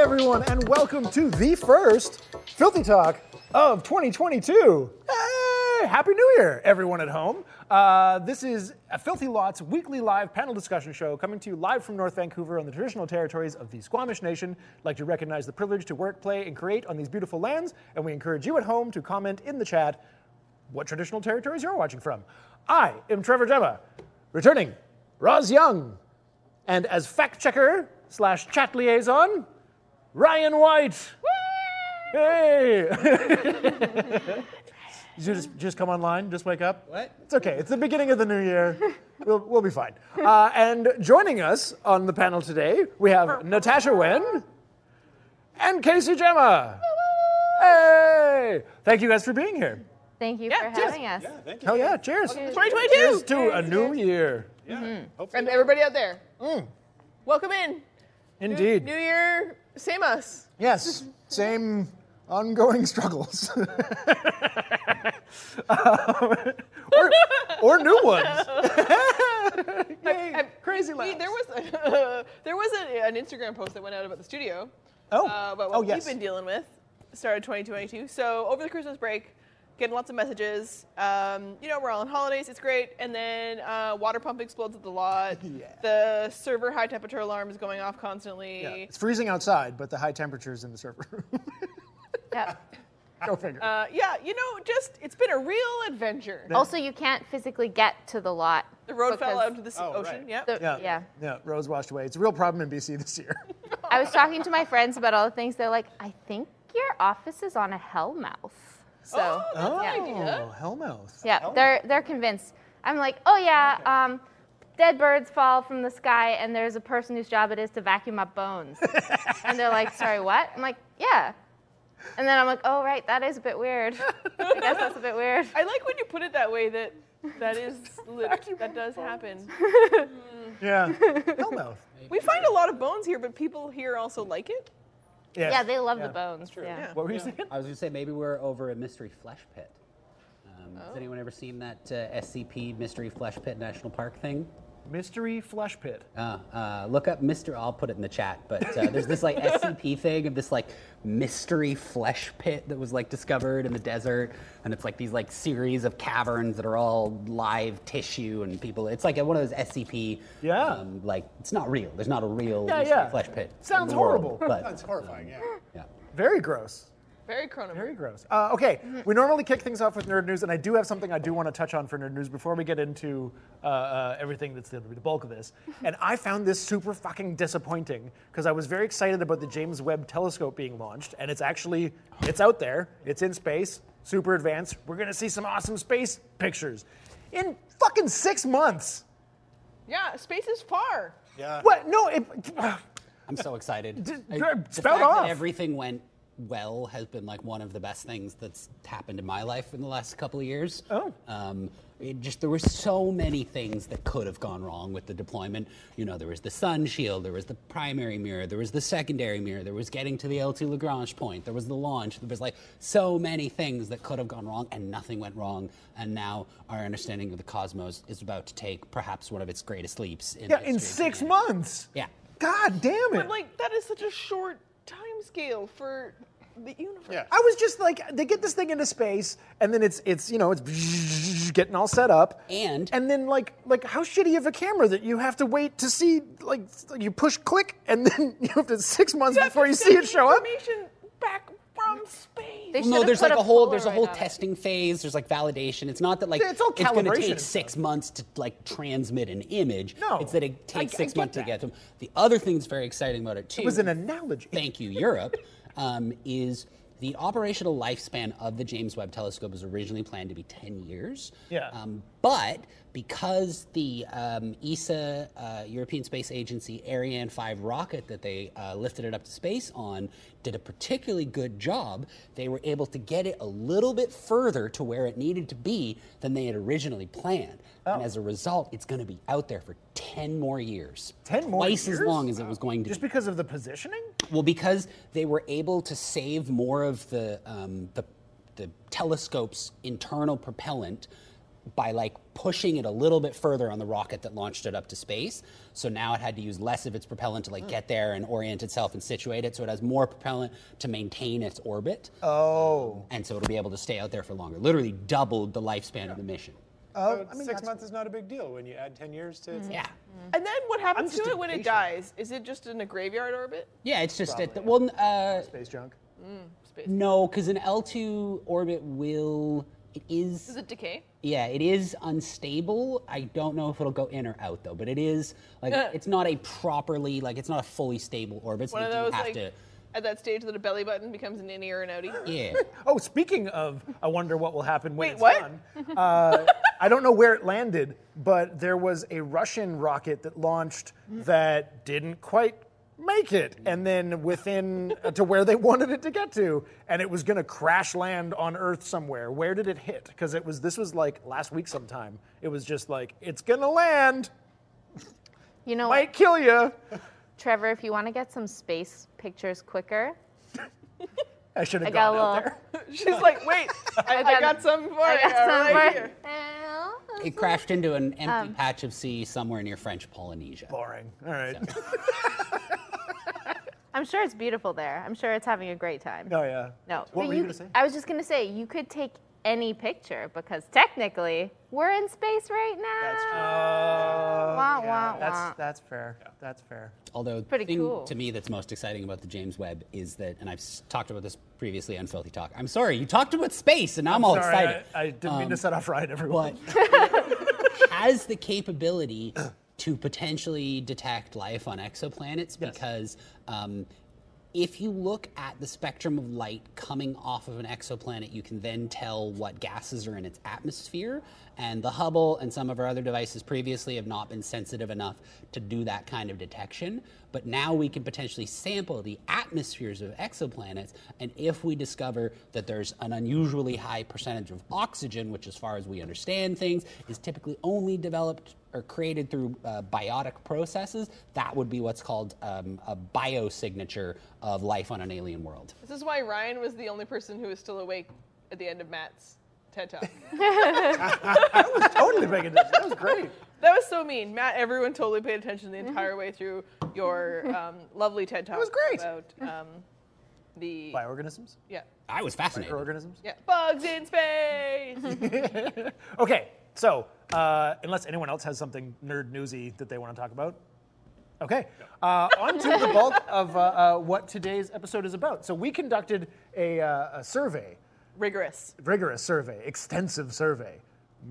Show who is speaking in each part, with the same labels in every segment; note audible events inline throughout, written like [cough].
Speaker 1: everyone, and welcome to the first Filthy Talk of 2022. Hey, Happy New Year, everyone at home. Uh, this is a Filthy Lots weekly live panel discussion show coming to you live from North Vancouver on the traditional territories of the Squamish Nation. I'd like to recognize the privilege to work, play, and create on these beautiful lands, and we encourage you at home to comment in the chat what traditional territories you're watching from. I am Trevor Gemma, returning Roz Young, and as fact checker slash chat liaison, Ryan White. Hey! [laughs] Did you just, just come online? Just wake up?
Speaker 2: What?
Speaker 1: It's okay. It's the beginning of the new year. We'll, we'll be fine. Uh, and joining us on the panel today, we have Natasha Wen and Casey Gemma. Hey! Thank you guys for being here.
Speaker 3: Thank you
Speaker 4: Yeah,
Speaker 3: for
Speaker 4: cheers.
Speaker 3: having us.
Speaker 2: thank you.
Speaker 1: Hell yeah, cheers.
Speaker 4: 2022.
Speaker 1: Cheers to a new year.
Speaker 2: Yeah.
Speaker 1: Mm.
Speaker 4: And
Speaker 2: Hopefully.
Speaker 4: everybody out there, welcome in.
Speaker 1: Indeed.
Speaker 4: New Year, same us.
Speaker 1: Yes, same ongoing [laughs] struggles. Um, or, or new ones. [laughs] Yay,
Speaker 4: I've-
Speaker 1: crazy
Speaker 4: We-
Speaker 1: laughs.
Speaker 4: there was a, [laughs] there was a, an Instagram post that went out about the studio,
Speaker 1: oh,
Speaker 4: uh, about what
Speaker 1: oh yes.
Speaker 4: we've been dealing with. Started 2022. So over the Christmas break, getting lots of messages. Um, you know, we're all on holidays. It's great. And then uh, water pump explodes at the lot.
Speaker 1: [laughs] Yeah.
Speaker 4: The server high temperature alarm is going off constantly.
Speaker 1: Yeah, It's freezing outside, but the high temperature is in the server room. [laughs]
Speaker 3: Yep.
Speaker 1: Go figure.
Speaker 4: Uh, yeah, you know, just it's been a real adventure.
Speaker 3: Also, you can't physically get to the lot.
Speaker 4: The road fell
Speaker 3: because
Speaker 4: out into the sea-
Speaker 2: Oh,
Speaker 4: ocean.
Speaker 2: right.
Speaker 4: Yep.
Speaker 3: the-
Speaker 1: yeah,
Speaker 3: yeah.
Speaker 1: Yeah, roads washed away. It's a real problem in BC this year.
Speaker 3: I was talking to my friends about all the things. They're like, I think your office is on a hellmouth. So,
Speaker 4: Oh, [laughs]
Speaker 3: yeah.
Speaker 4: that's an idea.
Speaker 1: Hellmouth.
Speaker 3: yeah, they're they're convinced. I'm like, oh yeah, um, dead birds fall from the sky, and there's a person whose job it is to vacuum up bones. and they're like, sorry, what? I'm like, yeah. And then I'm like, oh right, that is a bit weird. [laughs] I guess that's a bit weird.
Speaker 4: I like when you put it that way. That that is lit- that does happen.
Speaker 1: Yeah.
Speaker 4: [laughs]
Speaker 1: Hellmouth.
Speaker 4: We find a lot of bones here, but people here also like it.
Speaker 1: Yes.
Speaker 3: Yeah, they love
Speaker 1: Yeah.
Speaker 3: the bones. yeah.
Speaker 4: Yeah.
Speaker 1: What were you saying?
Speaker 2: I was going to say maybe we're over a mystery flesh pit. Um,
Speaker 1: Oh.
Speaker 2: Has anyone ever seen that uh, SCP Mystery Flesh Pit National Park thing?
Speaker 1: Mystery flesh pit.
Speaker 2: Uh, uh, look up Mr. I'll put it in the chat, but uh, there's
Speaker 1: [laughs]
Speaker 2: this like SCP thing of this like mystery flesh pit that was like discovered in the desert, and it's like these like series of caverns that are all live tissue and people. It's like one of those SCP.
Speaker 1: Yeah.
Speaker 2: um, like it's not real. There's not a real
Speaker 1: Yeah,
Speaker 2: mystery
Speaker 1: yeah.
Speaker 2: flesh pit. in
Speaker 1: Sounds
Speaker 2: the world,
Speaker 1: horrible.
Speaker 2: but
Speaker 5: [laughs]
Speaker 2: um,
Speaker 5: That's horrifying, yeah.
Speaker 2: yeah.
Speaker 1: Very gross.
Speaker 4: Very Cronenberg.
Speaker 1: Very gross. Uh, okay, we normally kick things off with nerd news, and I do have something I do want to touch on for nerd news before we get into uh, uh, everything that's going to be the bulk of this.
Speaker 2: [laughs]
Speaker 1: and I found this super fucking disappointing because I was very excited about the James Webb Telescope being launched, and it's actually it's out there, it's in space, super advanced. We're gonna see some awesome space pictures in fucking six months.
Speaker 4: yeah, space is far.
Speaker 5: Yeah.
Speaker 2: Uh.
Speaker 1: What? No, it, [sighs]
Speaker 2: I'm so excited.
Speaker 1: D-
Speaker 2: I-
Speaker 1: d-
Speaker 2: the
Speaker 1: spout
Speaker 2: fact
Speaker 1: off.
Speaker 2: That everything went well has been like one of the best things that's happened in my life in the last couple of years.
Speaker 1: Oh.
Speaker 2: Um, it just there were so many things that could have gone wrong with the deployment. You know, there was the sun shield, there was the primary mirror, there was the secondary mirror, there was getting to the L2 Lagrange point, there was the launch. There was like so many things that could have gone wrong, and nothing went wrong. And now our understanding of the cosmos is about to take perhaps one of its greatest leaps. In
Speaker 1: yeah,
Speaker 2: the
Speaker 1: in
Speaker 2: history of
Speaker 1: six
Speaker 2: humanity.
Speaker 1: months.
Speaker 2: Yeah.
Speaker 1: God damn it.
Speaker 4: But like that is such a short time scale for the universe.
Speaker 5: Yeah.
Speaker 1: I was just like, they get this thing into space, and then it's it's you know it's getting all set up,
Speaker 2: And-
Speaker 1: and then like like how shitty of a camera that you have to wait to see like you push click, and then [laughs] you have to six months
Speaker 4: You have
Speaker 1: before
Speaker 4: to
Speaker 1: you see
Speaker 4: send
Speaker 1: it show up.
Speaker 4: Information back from space.
Speaker 3: They
Speaker 2: Well, no,
Speaker 3: should've
Speaker 2: there's
Speaker 3: put
Speaker 2: like a, whole there's a
Speaker 3: Polaroid
Speaker 2: whole
Speaker 3: on it.
Speaker 2: testing phase. There's like validation. It's not that like
Speaker 1: Yeah, it's all
Speaker 2: going to
Speaker 1: calibration
Speaker 2: take
Speaker 1: and
Speaker 2: six months to like transmit an image.
Speaker 1: No,
Speaker 2: it's that it
Speaker 1: I-
Speaker 2: takes
Speaker 1: I
Speaker 2: six
Speaker 1: get
Speaker 2: months
Speaker 1: that.
Speaker 2: to get to them. The other thing that's very exciting about it too.
Speaker 1: It was an analogy.
Speaker 2: Thank you, Europe. [laughs] um, is the operational lifespan of the James Webb Telescope was originally planned to be 10 years.
Speaker 1: Yeah.
Speaker 2: Um, but because the um, ESA, uh, European Space Agency Ariane 5 rocket that they uh, lifted it up to space on did a particularly good job, they were able to get it a little bit further to where it needed to be than they had originally planned.
Speaker 1: Oh.
Speaker 2: And as a result, it's going to be out there for 10 more years.
Speaker 1: 10 more
Speaker 2: Twice
Speaker 1: years?
Speaker 2: as long as it was going to
Speaker 1: Just
Speaker 2: be.
Speaker 1: because of the positioning?
Speaker 2: Well, because they were able to save more of the um, the, the telescope's internal propellant by like pushing it a little bit further on the rocket that launched it up to space. So now it had to use less of its propellant to like get there and orient itself and situate it. So it has more propellant to maintain its orbit.
Speaker 1: Oh.
Speaker 2: And so it'll be able to stay out there for longer. Literally doubled the lifespan of the mission.
Speaker 1: Uh,
Speaker 5: But
Speaker 1: I mean,
Speaker 5: six
Speaker 1: that's-
Speaker 5: months is not a big deal when you add 10 years to it.
Speaker 3: Mm-hmm.
Speaker 2: Yeah.
Speaker 4: And then what happens
Speaker 1: I'm
Speaker 4: to
Speaker 1: just
Speaker 4: it when it
Speaker 1: impatient.
Speaker 4: dies? Is it just in a graveyard orbit?
Speaker 2: Yeah, it's just that, the, well, uh,
Speaker 1: space junk.
Speaker 4: Space.
Speaker 2: no, because an L2 orbit will, it is.
Speaker 4: Does it decay?
Speaker 2: Yeah, it is unstable. I don't know if it'll go in or out though, but it is like it's not a properly like it's not a fully stable orbit. So
Speaker 4: One
Speaker 2: you
Speaker 4: of
Speaker 2: do
Speaker 4: those
Speaker 2: have
Speaker 4: like
Speaker 2: to
Speaker 4: [laughs] at that stage that a belly button becomes an innie or an outie.
Speaker 2: [laughs] yeah.
Speaker 1: Oh, speaking of, I wonder what will happen when
Speaker 4: Wait,
Speaker 1: it's
Speaker 4: what?
Speaker 1: done. Uh, I don't know where it landed, but there was a Russian rocket that launched that didn't quite make it, and then within uh, to where they [laughs] wanted it to get to, and it was going to crash land on Earth somewhere. Where did it hit? Because it was this was like last week sometime. It was just like it's going to land,
Speaker 3: You know
Speaker 1: might
Speaker 3: what,
Speaker 1: kill you.
Speaker 3: Trevor? If you want to get some space pictures quicker,
Speaker 1: I should
Speaker 3: I
Speaker 1: have gone
Speaker 3: got a little.
Speaker 1: out there.
Speaker 4: She's like, wait, I, I, got,
Speaker 3: got-
Speaker 4: some for
Speaker 3: I
Speaker 4: you
Speaker 3: got some
Speaker 4: right
Speaker 3: more-
Speaker 4: here.
Speaker 3: Well,
Speaker 2: It crashed into an empty patch of sea somewhere near French Polynesia.
Speaker 1: Boring. All right.
Speaker 3: I'm sure it's beautiful there. I'm sure it's having a great time.
Speaker 1: oh yeah.
Speaker 3: No.
Speaker 1: What
Speaker 3: but
Speaker 1: were you gonna say?
Speaker 3: I was just going to say, you could take any picture because technically we're in space right now.
Speaker 5: That's true.
Speaker 1: Oh, yeah,
Speaker 3: Wah, wah, wah.
Speaker 5: That's, that's fair. That's fair.
Speaker 2: Although the
Speaker 3: pretty
Speaker 2: thing
Speaker 3: cool.
Speaker 2: to me that's most exciting about the James Webb is that and I've s- talked about this previously on Filthy Talk. I'm sorry, you talked about space and I'm, all
Speaker 1: Sorry, I-
Speaker 2: excited.
Speaker 1: I, didn't mean to set off right, everyone. [laughs]
Speaker 2: but has the capability to potentially detect life on exoplanets because um, if you look at the spectrum of light coming off of an exoplanet, you can then tell what gases are in its atmosphere. And the Hubble and some of our other devices previously have not been sensitive enough to do that kind of detection. But now we can potentially sample the atmospheres of exoplanets. And if we discover that there's an unusually high percentage of oxygen, which, as far as we understand things, is typically only developed or created through uh, biotic processes, that would be what's called um, a biosignature of life on an alien world.
Speaker 4: This is why Ryan was the only person who was still awake at the end of Matt's TED Talk. [laughs]
Speaker 1: totally making this. [laughs] That was great.
Speaker 4: that was so mean. Matt, everyone totally paid attention the entire way through your um, lovely TED Talk. It
Speaker 1: was great.
Speaker 4: About um, the.
Speaker 1: Bioorganisms,
Speaker 4: Yeah.
Speaker 2: I was fascinated.
Speaker 1: microorganisms.
Speaker 4: Yeah. Bugs in space!
Speaker 1: Okay, so uh, unless anyone else has something nerd newsy that they want to talk about, okay, uh, on to the bulk of uh, uh, what today's episode is about. So we conducted a, uh, a survey,
Speaker 4: Rigorous.
Speaker 1: rigorous survey, extensive survey,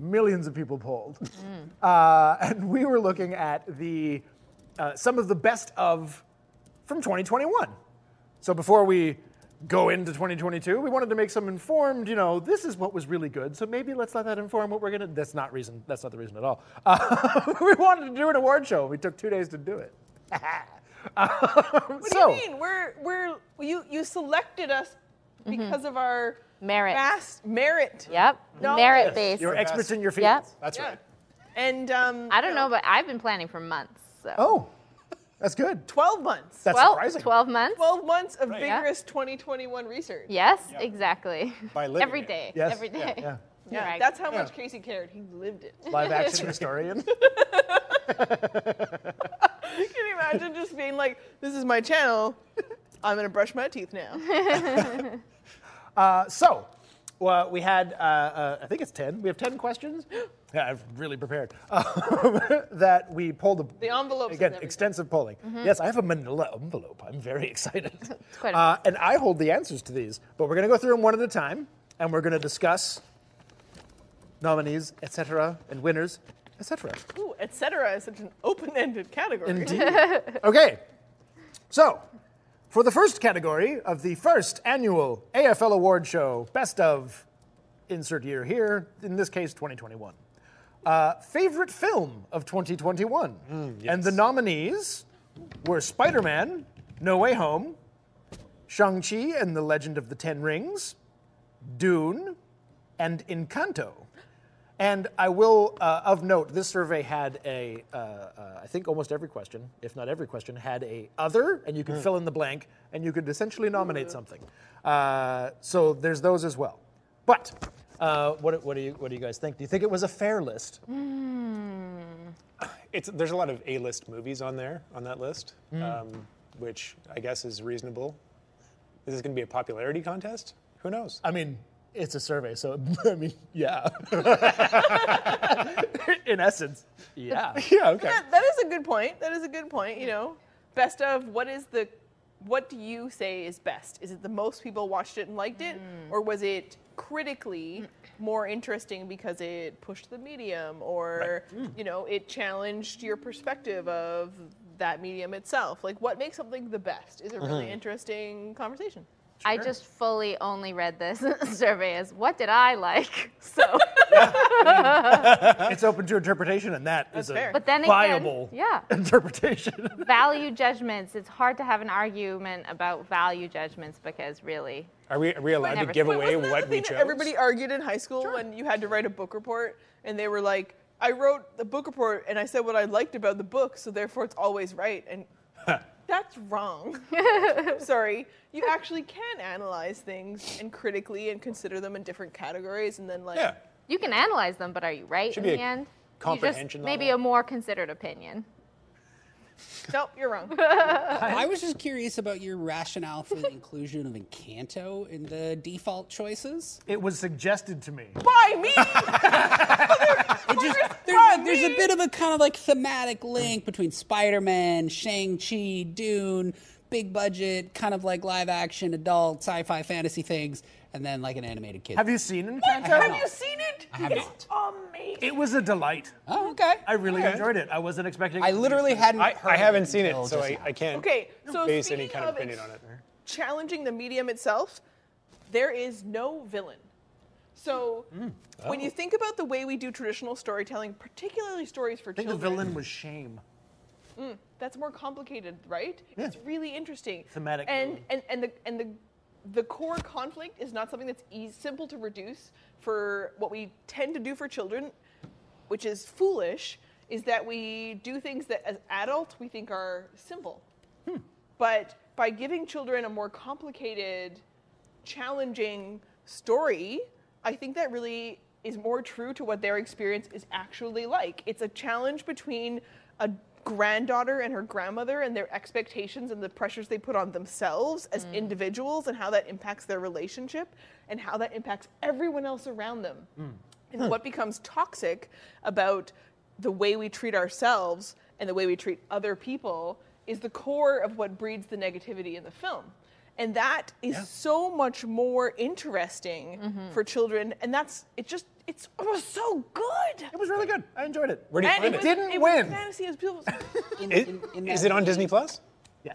Speaker 1: millions of people polled,
Speaker 4: Mm.
Speaker 1: [laughs] uh, and we were looking at the uh, some of the best of from 2021. So before we go into 2022, we wanted to make some informed, you know, this is what was really good. So maybe let's let that inform what we're gonna. That's not reason. That's not the reason at all. [laughs] Uh, we wanted to do an award show. We took two days to do it. [laughs]
Speaker 4: What do you mean? We're we're you you selected us because of our
Speaker 3: Merit.
Speaker 4: vast merit.
Speaker 3: Yep.
Speaker 4: No.
Speaker 3: Merit based.
Speaker 1: You're experts in your field.
Speaker 3: Yep.
Speaker 5: That's
Speaker 4: Yeah.
Speaker 5: right.
Speaker 4: And um,
Speaker 3: I don't know, but I've been planning for months. So.
Speaker 1: Oh, that's good.
Speaker 4: twelve months.
Speaker 1: That's
Speaker 3: well,
Speaker 1: surprising.
Speaker 3: 12 months.
Speaker 4: Twelve months of
Speaker 5: Right.
Speaker 3: Yeah.
Speaker 4: vigorous 2021 research.
Speaker 3: yes, exactly.
Speaker 5: By living
Speaker 3: Every
Speaker 5: it.
Speaker 3: day.
Speaker 1: Yes.
Speaker 3: Every
Speaker 1: Yeah,
Speaker 3: day.
Speaker 1: yeah.
Speaker 4: Yeah,
Speaker 3: Right.
Speaker 4: that's how
Speaker 5: Yeah.
Speaker 4: much Casey cared. He lived it. [laughs]
Speaker 1: Live action historian.
Speaker 4: [laughs] Can you imagine just being like, "This is my channel. I'm gonna brush my teeth now."
Speaker 1: Uh, so, well, we had, uh, uh, I think it's 10. We have 10
Speaker 4: [gasps]
Speaker 1: questions. Yeah, I've really prepared. [laughs] Um, that we pulled. A,
Speaker 4: The envelopes
Speaker 1: Again,
Speaker 4: and everything. Mm-hmm.
Speaker 1: extensive polling. Yes, I have a manila envelope. I'm very [laughs]
Speaker 4: [laughs]
Speaker 1: excited.
Speaker 3: quite a-
Speaker 1: uh, and I hold the answers to these, but we're going to go through them one at a time, and we're going to discuss nominees, etc., and winners, etc.
Speaker 4: Ooh, etc. is such an open-ended category.
Speaker 1: okay. So, for the first category of the first annual AFL Award Show, best of insert year here, in this case 2021. Uh, favorite film of 2021. And the nominees were Spider Man, No Way Home, Shang-Chi and the Legend of the Ten Rings, Dune, and Encanto. And I will, uh, of note, this survey had a, uh, uh, I think almost every question, if not every question, had a other, and you could fill in the blank, and you could essentially nominate something. Uh, so there's those as well. But Uh, what, what, do you, what do you guys think? Do you think it was a fair list?
Speaker 5: It's there's a lot of A-list movies on there on that list, um, which I guess is reasonable. Is this going to be a popularity contest? Who knows?
Speaker 1: I mean, it's a survey, so [laughs] I mean, yeah. In essence, yeah.
Speaker 5: [laughs] yeah. Okay.
Speaker 4: That, [laughs] that is a good point. That is a good point. You know, best of what is the, what do you say is best? Is it the most people watched it and liked it, or was it critically more interesting because it pushed the medium, or you know, it challenged your perspective of that medium itself? Like, what makes something the best is a really interesting conversation.
Speaker 3: I just fully only read this [laughs] survey as what did I like? [laughs] So,
Speaker 1: It's open to interpretation, and that is
Speaker 4: That's fair.
Speaker 1: a
Speaker 3: but then
Speaker 1: viable
Speaker 3: again,
Speaker 1: [laughs]
Speaker 3: yeah,
Speaker 1: interpretation.
Speaker 3: value judgments. It's hard to have an argument about value judgments because really,
Speaker 5: Are we, are we allowed to
Speaker 3: Never.
Speaker 5: give
Speaker 3: Wait,
Speaker 5: away
Speaker 4: wasn't that
Speaker 5: what
Speaker 4: the
Speaker 5: we
Speaker 4: thing that
Speaker 5: chose?
Speaker 4: Everybody argued in high school when you had to write a book report, and they were like, "I wrote the book report, and I said what I liked about the book, so therefore it's always right."
Speaker 2: [laughs]
Speaker 4: And that's wrong. I'm sorry. You actually can analyze things and critically and consider them in different categories, and then like.
Speaker 5: yeah.
Speaker 3: you can analyze them, but are you right
Speaker 5: Should
Speaker 3: in
Speaker 5: be
Speaker 3: the
Speaker 5: a
Speaker 3: end?
Speaker 5: comprehension
Speaker 3: you just, maybe
Speaker 5: level.
Speaker 3: a more considered opinion.
Speaker 4: Nope, you're wrong.
Speaker 2: I was just curious about your rationale for the inclusion of Encanto in the default choices.
Speaker 1: it was suggested to me.
Speaker 4: Why me?
Speaker 2: [laughs] It just, there's, a, there's a bit of a kind of like thematic link between Spider-Man, Shang-Chi, Dune, big budget, kind of like live action, adult, sci-fi, fantasy things, and then like an animated kid.
Speaker 1: Have you seen
Speaker 2: I
Speaker 1: Encanto?
Speaker 2: have
Speaker 4: Have
Speaker 2: not.
Speaker 4: you seen it?
Speaker 2: I have
Speaker 4: it's amazing.
Speaker 1: It was a delight.
Speaker 2: Oh, okay.
Speaker 1: I really
Speaker 5: Okay.
Speaker 1: enjoyed it. I wasn't expecting.
Speaker 2: I literally hadn't.
Speaker 5: I,
Speaker 2: heard
Speaker 5: I
Speaker 2: of
Speaker 5: haven't seen it,
Speaker 2: until
Speaker 5: so
Speaker 2: just
Speaker 5: I,
Speaker 2: now.
Speaker 5: I can't
Speaker 4: Okay, so
Speaker 5: base any
Speaker 4: speaking
Speaker 5: kind of
Speaker 4: of
Speaker 5: opinion
Speaker 4: ex-
Speaker 5: on it.
Speaker 4: challenging the medium itself, there is no villain. So
Speaker 1: Mm,
Speaker 4: when
Speaker 1: oh.
Speaker 4: you think about the way we do traditional storytelling, particularly stories for
Speaker 1: I think the
Speaker 4: children,
Speaker 1: villain was shame.
Speaker 4: that's more complicated, right? It's really interesting.
Speaker 1: Thematic
Speaker 4: And
Speaker 1: villain.
Speaker 4: and and the and the the core conflict is not something that's easy, simple to reduce for what we tend to do for children, which is foolish, is that we do things that as adults we think are simple.
Speaker 1: Hmm.
Speaker 4: But by giving children a more complicated, challenging story, I think that really is more true to what their experience is actually like. It's a challenge between a granddaughter and her grandmother and their expectations and the pressures they put on themselves as individuals and how that impacts their relationship and how that impacts everyone else around them. And what becomes toxic about the way we treat ourselves and the way we treat other people is the core of what breeds the negativity in the film. And that is so much more interesting for children. And that's, it just, it's, it was so good.
Speaker 1: It was really good. I enjoyed it.
Speaker 5: Where do you
Speaker 4: and
Speaker 5: find
Speaker 4: was,
Speaker 5: it?
Speaker 1: didn't
Speaker 4: it
Speaker 1: win.
Speaker 4: Was fantasy it was beautiful.
Speaker 2: In-
Speaker 5: It-
Speaker 2: in- in
Speaker 5: is
Speaker 2: that-
Speaker 5: it on Disney Plus?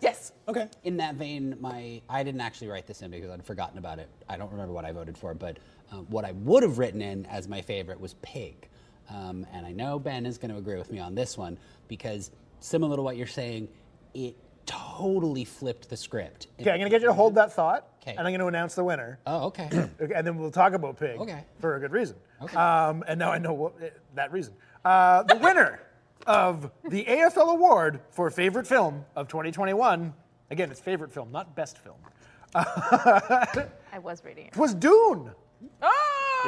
Speaker 4: yes.
Speaker 5: [laughs] Okay.
Speaker 2: in that vein, my I didn't actually write this in because I'd forgotten about it. I don't remember what I voted for, but um, what I would have written in as my favorite was Pig, um, and I know Ben is going to agree with me on this one because similar to what you're saying, it totally flipped the script.
Speaker 1: Okay, I'm gonna get you to hold that thought,
Speaker 2: 'Kay.
Speaker 1: and I'm gonna announce the winner.
Speaker 2: Oh, okay.
Speaker 1: [clears throat] Okay, and then we'll talk about pig
Speaker 2: Okay.
Speaker 1: for a good reason.
Speaker 2: Okay.
Speaker 1: Um, and now I know what eh, that reason. Uh, the winner of the AFL award for favorite film of 2021. Again, it's favorite film, not best film.
Speaker 3: I was reading it.
Speaker 1: Was Dune.
Speaker 4: Oh!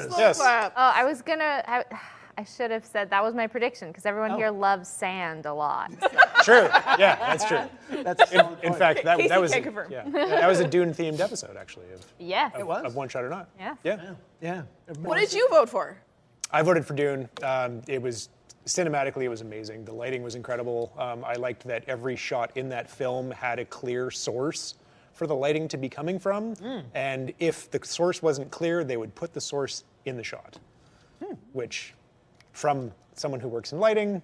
Speaker 1: Yes.
Speaker 4: Slow
Speaker 5: Yes.
Speaker 4: clap.
Speaker 3: Oh, I was gonna. I, [sighs] I should have said that was my prediction because everyone
Speaker 5: Oh.
Speaker 3: here loves sand a lot.
Speaker 5: [laughs] True. Yeah, that's true.
Speaker 1: That's
Speaker 5: In, in fact, that,
Speaker 4: Casey
Speaker 5: that was
Speaker 4: can
Speaker 5: a,
Speaker 4: confirm.
Speaker 5: yeah, that was a Dune themed episode actually of,
Speaker 3: yes.
Speaker 5: of,
Speaker 1: was?
Speaker 5: of One Shot or Not.
Speaker 3: Yes.
Speaker 5: Yeah.
Speaker 1: yeah.
Speaker 4: What did you vote for?
Speaker 5: I voted for Dune. Um, it was cinematically, it was amazing. The lighting was incredible. Um, I liked that every shot in that film had a clear source for the lighting to be coming from. And if the source wasn't clear, they would put the source in the shot, which, from someone who works in lighting,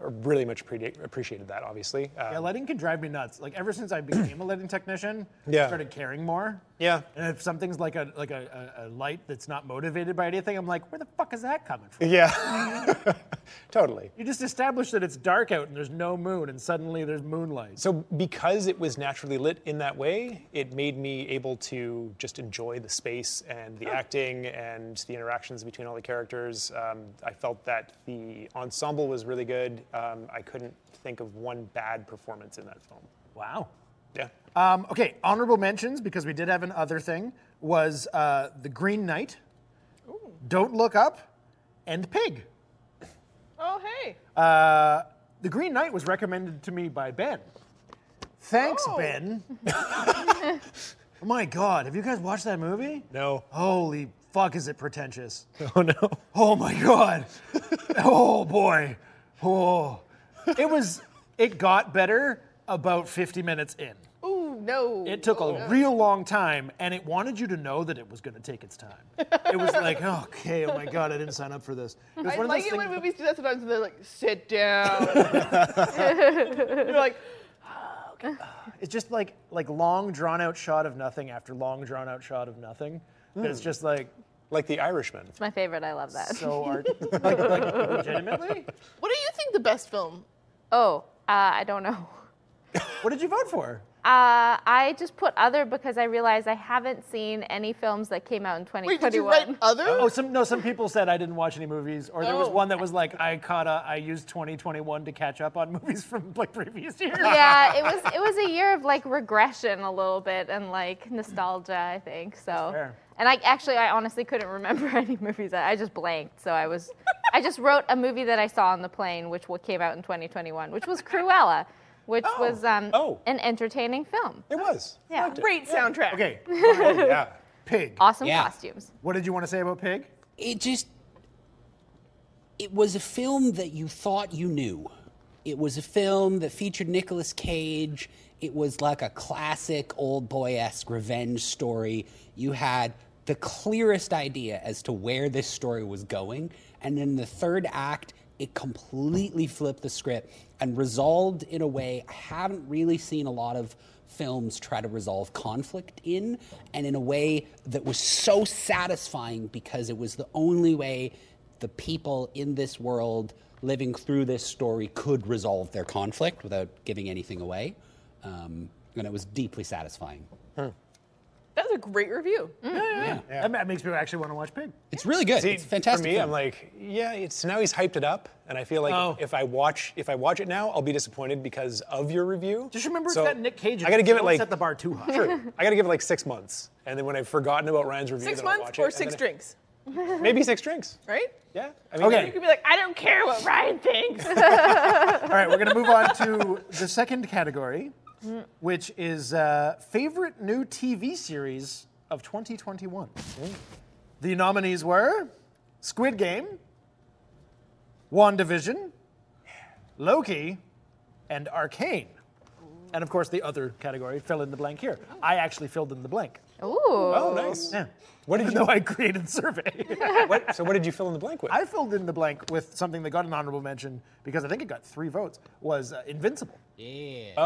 Speaker 5: I really much appreciate- appreciated that. Obviously, Uh,
Speaker 1: Yeah, lighting can drive me nuts. Like ever since I became a lighting technician, I
Speaker 5: Yeah.
Speaker 1: started caring more.
Speaker 5: Yeah. [laughs]
Speaker 1: And if something's like a like a, a, a light that's not motivated by anything, I'm like, where the fuck is that coming from?
Speaker 5: yeah, [laughs] totally.
Speaker 1: You just establish that it's dark out and there's no moon, and suddenly there's moonlight.
Speaker 5: So because it was naturally lit in that way, it made me able to just enjoy the space and the acting and the interactions between all the characters. Um, I felt that the ensemble was really good. Um, I couldn't think of one bad performance in that film.
Speaker 1: Wow.
Speaker 5: Yeah.
Speaker 1: Um, okay, honorable mentions because we did have an other thing was uh, the Green Knight, Don't Look Up, and Pig.
Speaker 4: Oh, hey.
Speaker 1: Uh, the Green Knight was recommended to me by Ben. Thanks,
Speaker 4: Oh. [laughs]
Speaker 1: Ben. oh my God, have you guys watched that movie?
Speaker 5: No.
Speaker 1: Holy fuck, is it
Speaker 4: [laughs]
Speaker 1: pretentious?
Speaker 5: Oh no.
Speaker 1: Oh my god. oh boy. Oh. It was it got better about 50 minutes in.
Speaker 4: Ooh, no.
Speaker 1: It took
Speaker 4: Oh,
Speaker 1: a
Speaker 4: no.
Speaker 1: real long time and it wanted you to know that it was going to take its time. It was like, [laughs] okay, oh my god, I didn't sign up for this. It was
Speaker 4: I
Speaker 1: one of
Speaker 4: like
Speaker 1: those
Speaker 4: it when
Speaker 1: things-
Speaker 4: movies do that sometimes. and They're like, sit down. [laughs] You're like,
Speaker 1: It's just like like long drawn out shot of nothing after long drawn out shot of nothing.
Speaker 5: Hmm.
Speaker 1: It's just like
Speaker 5: Like the Irishman.
Speaker 3: It's my favorite. I love that.
Speaker 5: [laughs]
Speaker 1: so art like, like legitimately?
Speaker 6: What do you think the best film?
Speaker 3: Oh, uh, I don't know.
Speaker 1: What did you vote for?
Speaker 3: Uh, I just put other because I realized I haven't seen any films that came out in
Speaker 6: Wait, did you
Speaker 3: 2021.
Speaker 6: write other?
Speaker 1: Oh, some no. Some people said I didn't watch any movies, or there was
Speaker 6: Oh.
Speaker 1: one that was like I caught. A, I used 2021 to catch up on [laughs] movies from like previous years.
Speaker 3: yeah,
Speaker 6: [laughs]
Speaker 3: it was it was a year of like regression a little bit and like nostalgia, I think. So
Speaker 1: Fair.
Speaker 3: and I actually I honestly couldn't remember [laughs] any movies. I I just blanked. So I was I just wrote a movie that I saw on the plane which wa- came out in 2021, which was Cruella, which was um,
Speaker 5: Oh.
Speaker 3: an entertaining film.
Speaker 5: It was.
Speaker 3: Yeah.
Speaker 4: great soundtrack.
Speaker 1: Okay.
Speaker 5: yeah.
Speaker 1: Pig.
Speaker 3: Awesome
Speaker 2: Yeah.
Speaker 3: costumes.
Speaker 1: What did you want to say about Pig?
Speaker 2: it just it was a film that you thought you knew it was a film that featured Nicolas Cage it was like a classic old boy-esque revenge story you had the clearest idea as to where this story was going and in the third act it completely flipped the script and resolved in a way I haven't really seen a lot of films try to resolve conflict in and in a way that was so satisfying because it was the only way the people in this world living through this story could resolve their conflict without giving anything away um, and it was deeply satisfying
Speaker 4: That was a great review.
Speaker 1: Yeah. That ma- makes me actually want to watch Pig.
Speaker 2: it's really good
Speaker 5: See,
Speaker 2: it's a fantastic
Speaker 5: For me,
Speaker 2: film.
Speaker 5: I'm like, yeah, it's now he's hyped it up, and I feel like
Speaker 1: Oh.
Speaker 5: if I watch if I watch it now, I'll be disappointed because of your review.
Speaker 1: Just remember
Speaker 5: So,
Speaker 1: it's got Nick Cage. in
Speaker 5: I gotta
Speaker 1: so
Speaker 5: give it
Speaker 1: don't
Speaker 5: like
Speaker 1: set the bar too high.
Speaker 5: [laughs] True. I gotta give it like six months, and then when I've forgotten about Ryan's review,
Speaker 4: Six
Speaker 5: then I'll
Speaker 4: months
Speaker 5: watch
Speaker 4: or
Speaker 5: it, and
Speaker 4: six
Speaker 5: then-
Speaker 4: drinks,
Speaker 5: Maybe
Speaker 4: [laughs]
Speaker 5: six drinks.
Speaker 4: right?
Speaker 5: Yeah. I mean,
Speaker 1: Okay.
Speaker 4: You could be like, I don't care what Ryan thinks.
Speaker 1: All right, we're gonna move on to the second category, which is uh, favorite new TV series of 2021. The nominees were Squid Game, WandaVision, Loki, and Arcane. And of course, the other category fill in the blank here. I actually filled in the blank.
Speaker 3: Ooh.
Speaker 5: Oh, nice.
Speaker 1: Yeah.
Speaker 5: What did
Speaker 1: Even
Speaker 5: you?
Speaker 1: though I created the survey. [laughs]
Speaker 5: what, so what did you fill in the blank with?
Speaker 1: I filled in the blank with something that got an honorable mention because I think it got three votes. Was uh, Invincible?
Speaker 5: oh, yeah.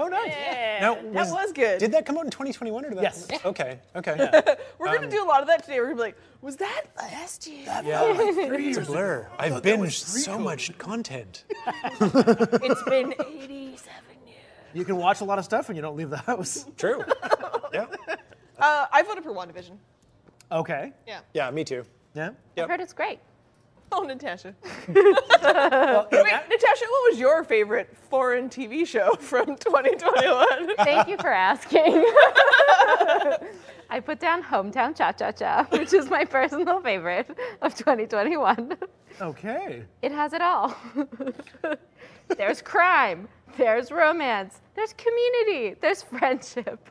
Speaker 1: Oh, nice.
Speaker 4: Yeah,
Speaker 5: Now,
Speaker 4: that was good.
Speaker 5: Did that come out in 2021 or did that?
Speaker 1: Yes.
Speaker 5: come- Okay. Okay. Yeah.
Speaker 4: We're gonna do a lot of that today. We're gonna be like, was that last year? [laughs]
Speaker 5: It's a blur. I've binged so much content.
Speaker 4: it's been 87 years.
Speaker 1: You can watch a lot of stuff when you don't leave the house. [laughs]
Speaker 5: True. [laughs] yeah.
Speaker 4: Uh, I voted for WandaVision.
Speaker 1: Okay.
Speaker 4: Yeah.
Speaker 5: Yeah. Me too.
Speaker 1: Yeah.
Speaker 5: Yep.
Speaker 3: Heard it's great.
Speaker 4: [laughs] Oh, Natasha. Wait, Natasha, what was your favorite foreign TV show [laughs] from 2021?
Speaker 3: Thank you for asking. [laughs] I put down Hometown Cha Cha Cha, [laughs] which is my personal favorite of 2021.
Speaker 1: Okay.
Speaker 3: It has it all. [laughs] there's crime, there's romance, there's community, there's friendship.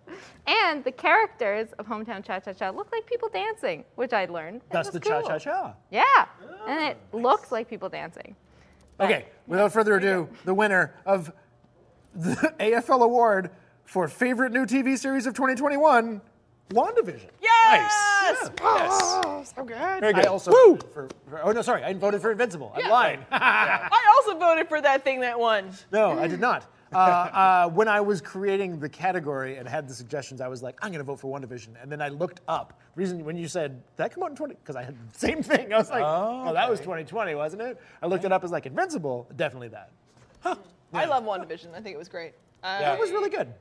Speaker 3: And the characters of Hometown Cha Cha Cha look like people dancing, which I learned. and
Speaker 1: That's
Speaker 3: it
Speaker 1: the
Speaker 3: was
Speaker 1: cha
Speaker 3: cool.
Speaker 1: cha Oh, cha.
Speaker 3: Yeah. and it looks like people dancing.
Speaker 1: Okay. Without further ado, the winner of the [laughs] AFL award for favorite new TV series of 2021, WandaVision.
Speaker 4: [laughs] yes!
Speaker 5: Nice. Yes.
Speaker 6: so good.
Speaker 5: Very
Speaker 1: I
Speaker 5: good.
Speaker 1: also voted for, for- Oh no, sorry. I voted for Invincible. I'm
Speaker 4: Yeah.
Speaker 1: lying. [laughs]
Speaker 4: I also voted for that thing that won.
Speaker 1: No, I did not. Uh, uh, when I was creating the category and had the suggestions, I was like, I'm going to vote for WandaVision. And then I looked up. The reason when you said, "Did that come out in 20? Because I had the same thing. I was like, oh, that was 2020, wasn't it? I looked it up as like Invincible. Definitely that.
Speaker 4: I love WandaVision. I think it was great. I
Speaker 5: Yeah.
Speaker 1: That was really good.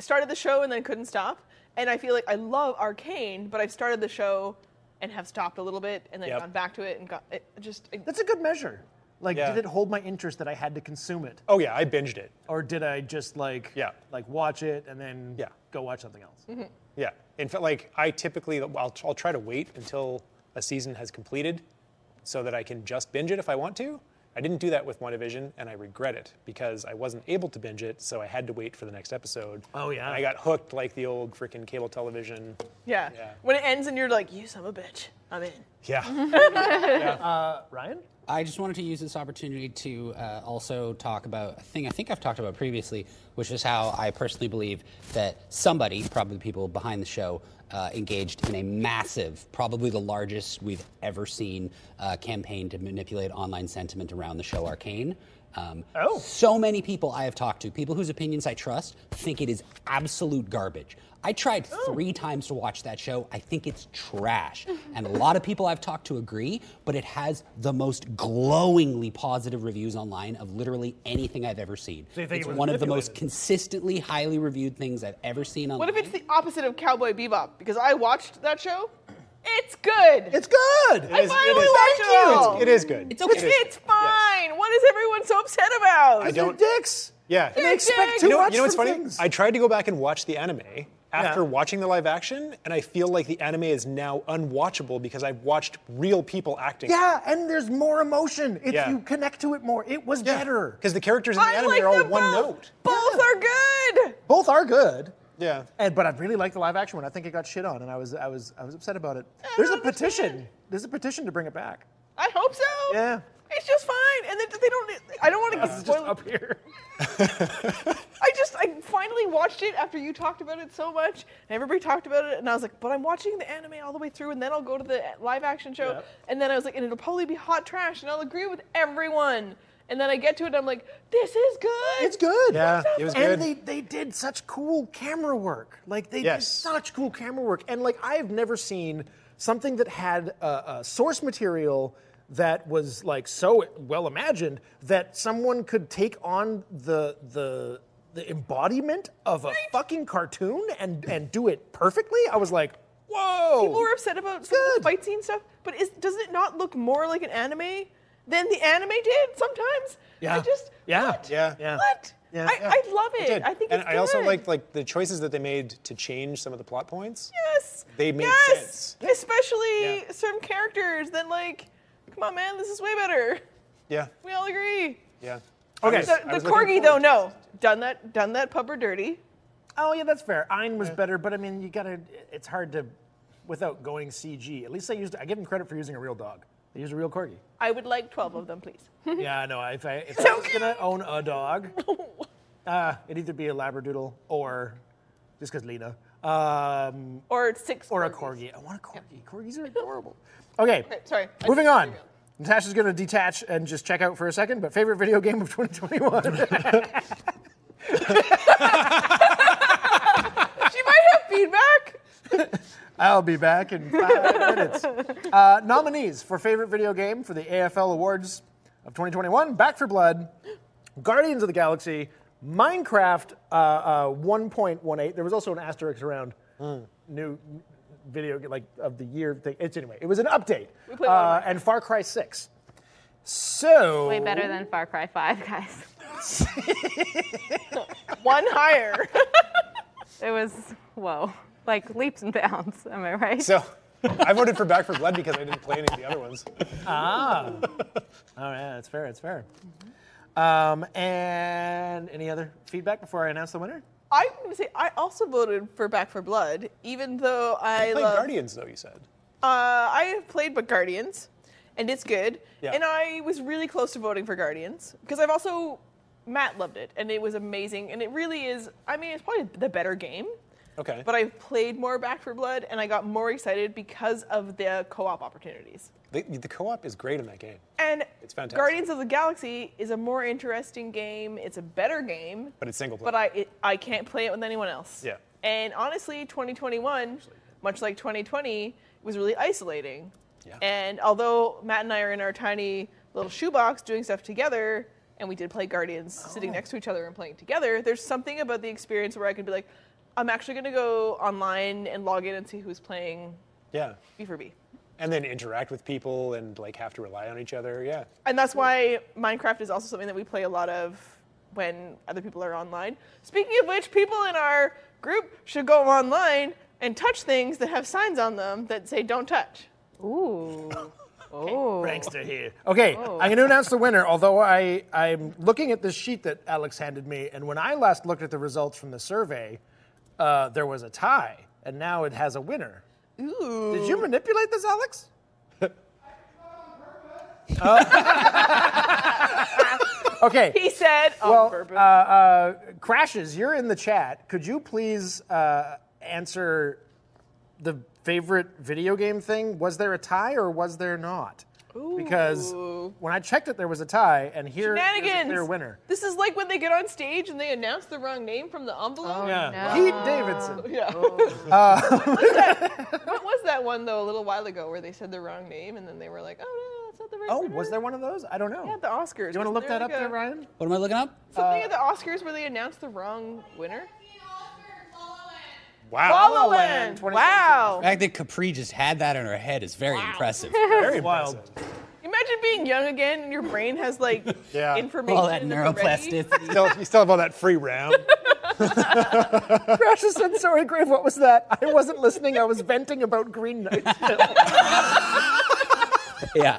Speaker 4: started the show and then couldn't stop. And I feel like I love Arcane, but I've started the show and have stopped a little bit and then
Speaker 5: Yep.
Speaker 4: gone back to it and got it just. It,
Speaker 1: That's a good measure. Like,
Speaker 5: Yeah.
Speaker 1: did it hold my interest that I had to consume it?
Speaker 5: Oh yeah, I binged it.
Speaker 1: Or did I just like,
Speaker 5: Yeah.
Speaker 1: like watch it and then
Speaker 5: Yeah.
Speaker 4: Mm-hmm.
Speaker 1: go watch something else?
Speaker 5: Yeah. In fact, like I typically, I'll, I'll try to wait until a season has completed so that I can just binge it if I want to. I didn't do that with WandaVision, and I regret it because I wasn't able to binge it, so I had to wait for the next episode.
Speaker 1: Oh, yeah.
Speaker 5: And I got hooked like the old freaking cable television.
Speaker 4: Yeah.
Speaker 5: Yeah.
Speaker 4: When it ends and you're like, you son of a bitch, I'm in.
Speaker 5: [laughs] Yeah.
Speaker 1: Ryan?
Speaker 2: I just wanted to use this opportunity to uh, also talk about a thing I think I've talked about previously, which is how I personally believe that somebody, probably the people behind the show, uh, engaged in a massive, probably the largest we've ever seen uh, campaign to manipulate online sentiment around the show Arcane. Um,
Speaker 1: Oh.
Speaker 2: So many people I have talked to, people whose opinions I trust, think it is absolute garbage. I tried
Speaker 1: Oh.
Speaker 2: three times to watch that show. I think it's trash. and a lot of people I've talked to agree, but it has the most glowingly positive reviews online of literally anything I've ever seen.
Speaker 1: you think
Speaker 2: it's
Speaker 1: it was
Speaker 2: one of the most
Speaker 1: manipulated?
Speaker 2: consistently highly reviewed things I've ever seen
Speaker 4: What
Speaker 2: online.
Speaker 4: if it's the opposite of Cowboy Bebop? Because I watched that show. It's good.
Speaker 1: It's good!
Speaker 5: It is-
Speaker 4: finally
Speaker 5: it is-
Speaker 4: watched it
Speaker 5: it's-
Speaker 4: all.
Speaker 5: It is good.
Speaker 2: It's okay.
Speaker 5: It is-
Speaker 4: Oh. It's fine. What is everyone so upset about?
Speaker 5: I don't.
Speaker 1: dicks!
Speaker 5: Yeah.
Speaker 1: And they expect
Speaker 4: dicks!
Speaker 1: too
Speaker 5: You know,
Speaker 1: much
Speaker 5: you know what's
Speaker 1: from
Speaker 5: funny?
Speaker 1: things.
Speaker 5: I tried to go back and watch the anime after
Speaker 1: Yeah.
Speaker 5: watching the live action, and I feel like the anime is now unwatchable because I've watched real people acting.
Speaker 1: yeah, and there's more emotion. It,
Speaker 5: Yeah.
Speaker 1: You connect to it more. It was better.
Speaker 5: Because the characters in the
Speaker 4: I
Speaker 5: anime
Speaker 4: like
Speaker 5: are all
Speaker 4: them
Speaker 5: one
Speaker 4: both.
Speaker 5: note.
Speaker 4: Both
Speaker 1: Yeah.
Speaker 4: are good.
Speaker 1: Both are good.
Speaker 5: Yeah.
Speaker 1: And, but I really liked the live action one. I think it got shit on, and I was I was I was upset about it. There's a
Speaker 4: don't understand.
Speaker 1: petition. There's a petition to bring it back.
Speaker 4: I hope so.
Speaker 1: Yeah.
Speaker 4: It's just fine. And they, they don't. I don't want to
Speaker 1: It's just
Speaker 4: get spoiled.
Speaker 1: up here.
Speaker 4: I just I finally watched it after you talked about it so much, and everybody talked about it, and I was like, but I'm watching the anime all the way through, and then I'll go to the live action show,
Speaker 1: Yep.
Speaker 4: and then I was like, and it'll probably be hot trash, and I'll agree with everyone, and then I get to it, and I'm like, this is good.
Speaker 1: It's good.
Speaker 5: Yeah, it was
Speaker 1: and
Speaker 5: good.
Speaker 1: they they did such cool camera work. Like they did
Speaker 5: Yes.
Speaker 1: such cool camera work. And like I have never seen something that had a, a source material that was like so well imagined that someone could take on the the the embodiment of a fucking cartoon and and do it perfectly. I was like, whoa.
Speaker 4: People were upset about some of the
Speaker 1: Good.
Speaker 4: fight scene stuff, but is, doesn't it not look more like an anime than the anime did sometimes? I
Speaker 1: Yeah.
Speaker 4: just
Speaker 1: Yeah.
Speaker 4: What?
Speaker 5: Yeah.
Speaker 1: Yeah.
Speaker 4: What?
Speaker 1: Yeah.
Speaker 4: I,
Speaker 1: Yeah.
Speaker 4: I love it.
Speaker 5: did.
Speaker 4: I think
Speaker 5: and
Speaker 4: it's
Speaker 5: I also
Speaker 4: good.
Speaker 5: liked like the choices that they made to change some of the plot points.
Speaker 4: Yes.
Speaker 5: They made
Speaker 4: yes!
Speaker 5: sense.
Speaker 4: Especially
Speaker 5: Yeah.
Speaker 4: certain characters that like, come on man, this is way better.
Speaker 5: Yeah.
Speaker 4: We all agree.
Speaker 5: Yeah.
Speaker 1: Okay.
Speaker 4: The,
Speaker 5: I was
Speaker 4: the
Speaker 5: looking
Speaker 4: corgi
Speaker 5: forward
Speaker 4: though,
Speaker 5: to
Speaker 4: no. Done that done that pupper dirty.
Speaker 1: Oh yeah, that's fair. Ein was better, but I mean, you gotta. It's hard to, without going CG. At least they used. I give them credit for using a real dog. They used a real corgi.
Speaker 4: I would like twelve of them, please.
Speaker 1: yeah, I know. If I,
Speaker 4: [laughs]
Speaker 1: if I was gonna own a dog, uh, it'd either be a labradoodle or, just because Lena, um,
Speaker 4: Or six
Speaker 1: or a
Speaker 4: corgis.
Speaker 1: corgi. I want a corgi.
Speaker 4: [laughs]
Speaker 1: Corgis are adorable. Okay.
Speaker 4: sorry. I
Speaker 1: Moving
Speaker 4: just-
Speaker 1: on. Natasha's gonna detach and just check out for a second. But favorite video game of [laughs] 2021.
Speaker 4: [laughs] She might have feedback.
Speaker 1: I'll be back in
Speaker 3: [laughs]
Speaker 1: five minutes. Uh, nominees for favorite video game for the AFL Awards of 2021: Back for Blood, Guardians of the Galaxy, Minecraft uh, uh, 1.18. There was also an asterisk around new video like of the year thing. It's anyway. It was an update
Speaker 4: played a lot of
Speaker 1: Uh, and Far Cry 6. So
Speaker 3: Way better than Far Cry 5, [laughs] guys.
Speaker 4: One higher.
Speaker 3: It was, whoa, like leaps and bounds, am I right?
Speaker 5: So I voted for Back for Blood because I didn't play any of the other ones.
Speaker 1: ah.
Speaker 3: [laughs]
Speaker 1: Oh yeah, that's fair. That's fair. Um, and any other feedback before I announce the winner?
Speaker 4: I'm gonna say I also voted for Back for Blood, even though I
Speaker 5: I played
Speaker 4: love
Speaker 5: Guardians though, you said.
Speaker 4: Uh, I have played but Guardians, and it's good.
Speaker 5: Yeah.
Speaker 4: And I was really close to voting for Guardians because I've also Matt loved it, and it was amazing. And it really is. I mean, it's probably the better game,
Speaker 5: Okay.
Speaker 4: but I've played more Back for Blood, and I got more excited because of the co-op opportunities.
Speaker 5: the, the co-op is great in that game.
Speaker 4: And
Speaker 5: It's fantastic.
Speaker 4: Guardians of the Galaxy is a more interesting game. It's a better game,
Speaker 5: But it's single player.
Speaker 4: but I it, I can't play it with anyone else.
Speaker 5: Yeah.
Speaker 4: And honestly, 2021, much like 2020, was really isolating.
Speaker 5: Yeah.
Speaker 4: And although Matt and I are in our tiny little shoebox doing stuff together, and we did play Guardians sitting next to each other and playing together, there's something about the experience where I could be like, I'm actually going to go online and log in and see who's playing
Speaker 5: yeah.
Speaker 4: B4B.
Speaker 5: And then interact with people and like have to rely on each other. Yeah.
Speaker 4: And that's why Minecraft is also something that we play a lot of when other people are online. Speaking of which, people in our group should go online and touch things that have signs on them that say don't touch.
Speaker 3: Ooh. Oh.
Speaker 1: Prankster here. Okay, I'm going to announce the winner, although I, I'm looking at this sheet that Alex handed me, and when I last looked at the results from the survey, uh, there was a tie, and now it has a winner. Ooh. Did you manipulate this, Alex? Oh. [laughs] okay.
Speaker 4: He said on
Speaker 1: well,
Speaker 4: purpose.
Speaker 1: uh, uh, crashes. You're in the chat. Could you please uh, answer the favorite video game thing? Was there a tie or was there not? Because when I checked it, there was a tie, and here is a
Speaker 4: Shenanigans.
Speaker 1: clear winner.
Speaker 4: This is like when they get on stage and they announce the wrong name from the envelope.
Speaker 1: Yeah. Pete Davidson.
Speaker 4: [laughs] Yeah.
Speaker 1: Uh.
Speaker 4: what was that one though? A little while ago, where they said the wrong name, and then they were like, "Oh no, that's not the right."
Speaker 1: Oh,
Speaker 4: winner."
Speaker 1: was there one of those? I don't know.
Speaker 4: Yeah, the Oscars.
Speaker 1: Do you want to
Speaker 4: Wasn't
Speaker 1: look that up
Speaker 4: like
Speaker 1: there,
Speaker 4: a-
Speaker 1: Ryan? Uh,
Speaker 2: What am I looking up?
Speaker 4: Something at the Oscars where they announced the wrong winner.
Speaker 5: Wow.
Speaker 4: La La
Speaker 1: Land,
Speaker 4: Land.
Speaker 1: 2017.
Speaker 2: The
Speaker 4: Wow.
Speaker 2: fact that Capri just had that in her head is very impressive.
Speaker 5: Very
Speaker 1: Wild. [laughs]
Speaker 5: impressive.
Speaker 4: Imagine being young again and your brain has like
Speaker 5: [laughs] Yeah.
Speaker 4: information.
Speaker 2: [laughs] All that
Speaker 4: in it already.
Speaker 2: neuroplasticity.
Speaker 5: Still, you still have all that
Speaker 4: [laughs]
Speaker 5: free round.
Speaker 1: Crashes said, sorry, Grave, what was that? I wasn't listening. I was venting about Green Knight.
Speaker 2: yeah.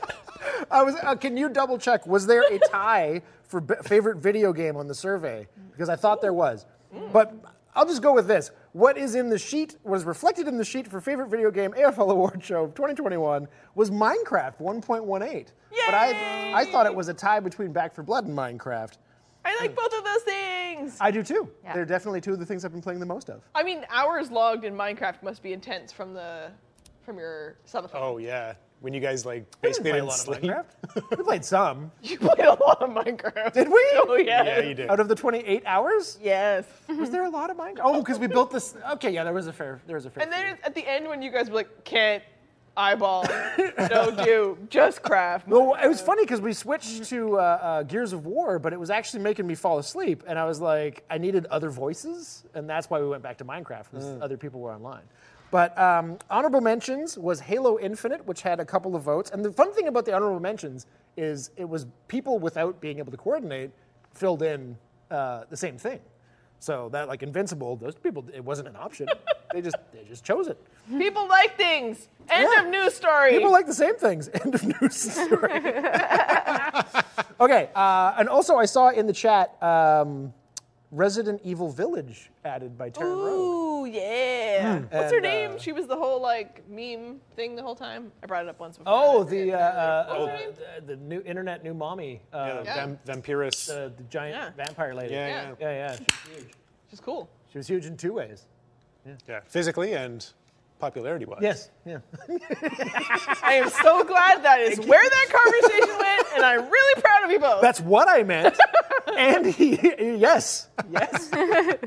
Speaker 1: I was. Uh, can you double check? Was there a tie for b- favorite video game on the survey? Because I thought there was, but I'll just go with this. What is in the sheet? What is reflected in the sheet for favorite video game AFL Award Show of 2021 was Minecraft 1.18. But I, I thought it was a tie between Back for Blood and Minecraft.
Speaker 4: I like both of those things.
Speaker 1: I do too.
Speaker 3: Yeah.
Speaker 1: They're definitely two of the things I've been playing the most of.
Speaker 4: I mean, hours logged in Minecraft must be intense from the from your subathon.
Speaker 5: Oh yeah. When you guys like
Speaker 1: We didn't
Speaker 5: basically
Speaker 1: play
Speaker 5: didn't sleep.
Speaker 1: Minecraft. [laughs] we played some.
Speaker 4: [laughs] You played a lot of Minecraft.
Speaker 1: Did we?
Speaker 4: [laughs] Oh yes.
Speaker 5: Yeah, you did.
Speaker 1: Out of the 28 hours,
Speaker 4: [laughs] Yes.
Speaker 1: was there a lot of Minecraft? Oh, because we built this. Okay, yeah, there was a fair. There was a fair.
Speaker 4: And
Speaker 1: few.
Speaker 4: then at the end when you guys were like, can't
Speaker 5: [laughs]
Speaker 4: eyeball, no do, just craft.
Speaker 1: Well, it was funny because we switched to uh, uh, Gears of War, but it was actually making me fall asleep, and I was like, I needed other voices, and that's why we went back to Minecraft. Was Other people were online. But um, honorable mentions was Halo Infinite, which had a couple of votes. And the fun thing about the honorable mentions is it was people without being able to coordinate filled in uh, the same thing. So that like Invincible, those people, it wasn't an option. they just they just chose it.
Speaker 4: People like things. End
Speaker 1: Yeah.
Speaker 4: of news story.
Speaker 1: People like the same things. [laughs] End of news story. [laughs] okay, uh, and also I saw in the chat um, Resident Evil Village added by Terra Road.
Speaker 4: Ooh, yeah. What's her
Speaker 1: And,
Speaker 4: name?
Speaker 1: uh,
Speaker 4: she was the whole like meme thing the whole time. I brought it up once before.
Speaker 1: Oh,
Speaker 4: I forget
Speaker 1: the uh,
Speaker 4: now.
Speaker 1: uh,
Speaker 4: What's her
Speaker 1: uh,
Speaker 4: name?
Speaker 1: the- the new internet new mommy, uh,
Speaker 5: Yeah, Vamp- Vampirus.
Speaker 1: the, the giant
Speaker 4: Yeah.
Speaker 1: vampire lady.
Speaker 5: yeah,
Speaker 4: yeah.
Speaker 5: yeah, yeah,
Speaker 1: yeah, yeah. She,
Speaker 4: She's cool.
Speaker 1: she was huge in two ways.
Speaker 5: Physically and popularity-wise.
Speaker 1: Yes, yeah.
Speaker 4: I am so glad that [laughs] is where that conversation [laughs] went, and I'm really proud of you both.
Speaker 1: That's what I meant.
Speaker 4: [laughs]
Speaker 1: and he, yes, [laughs] yes,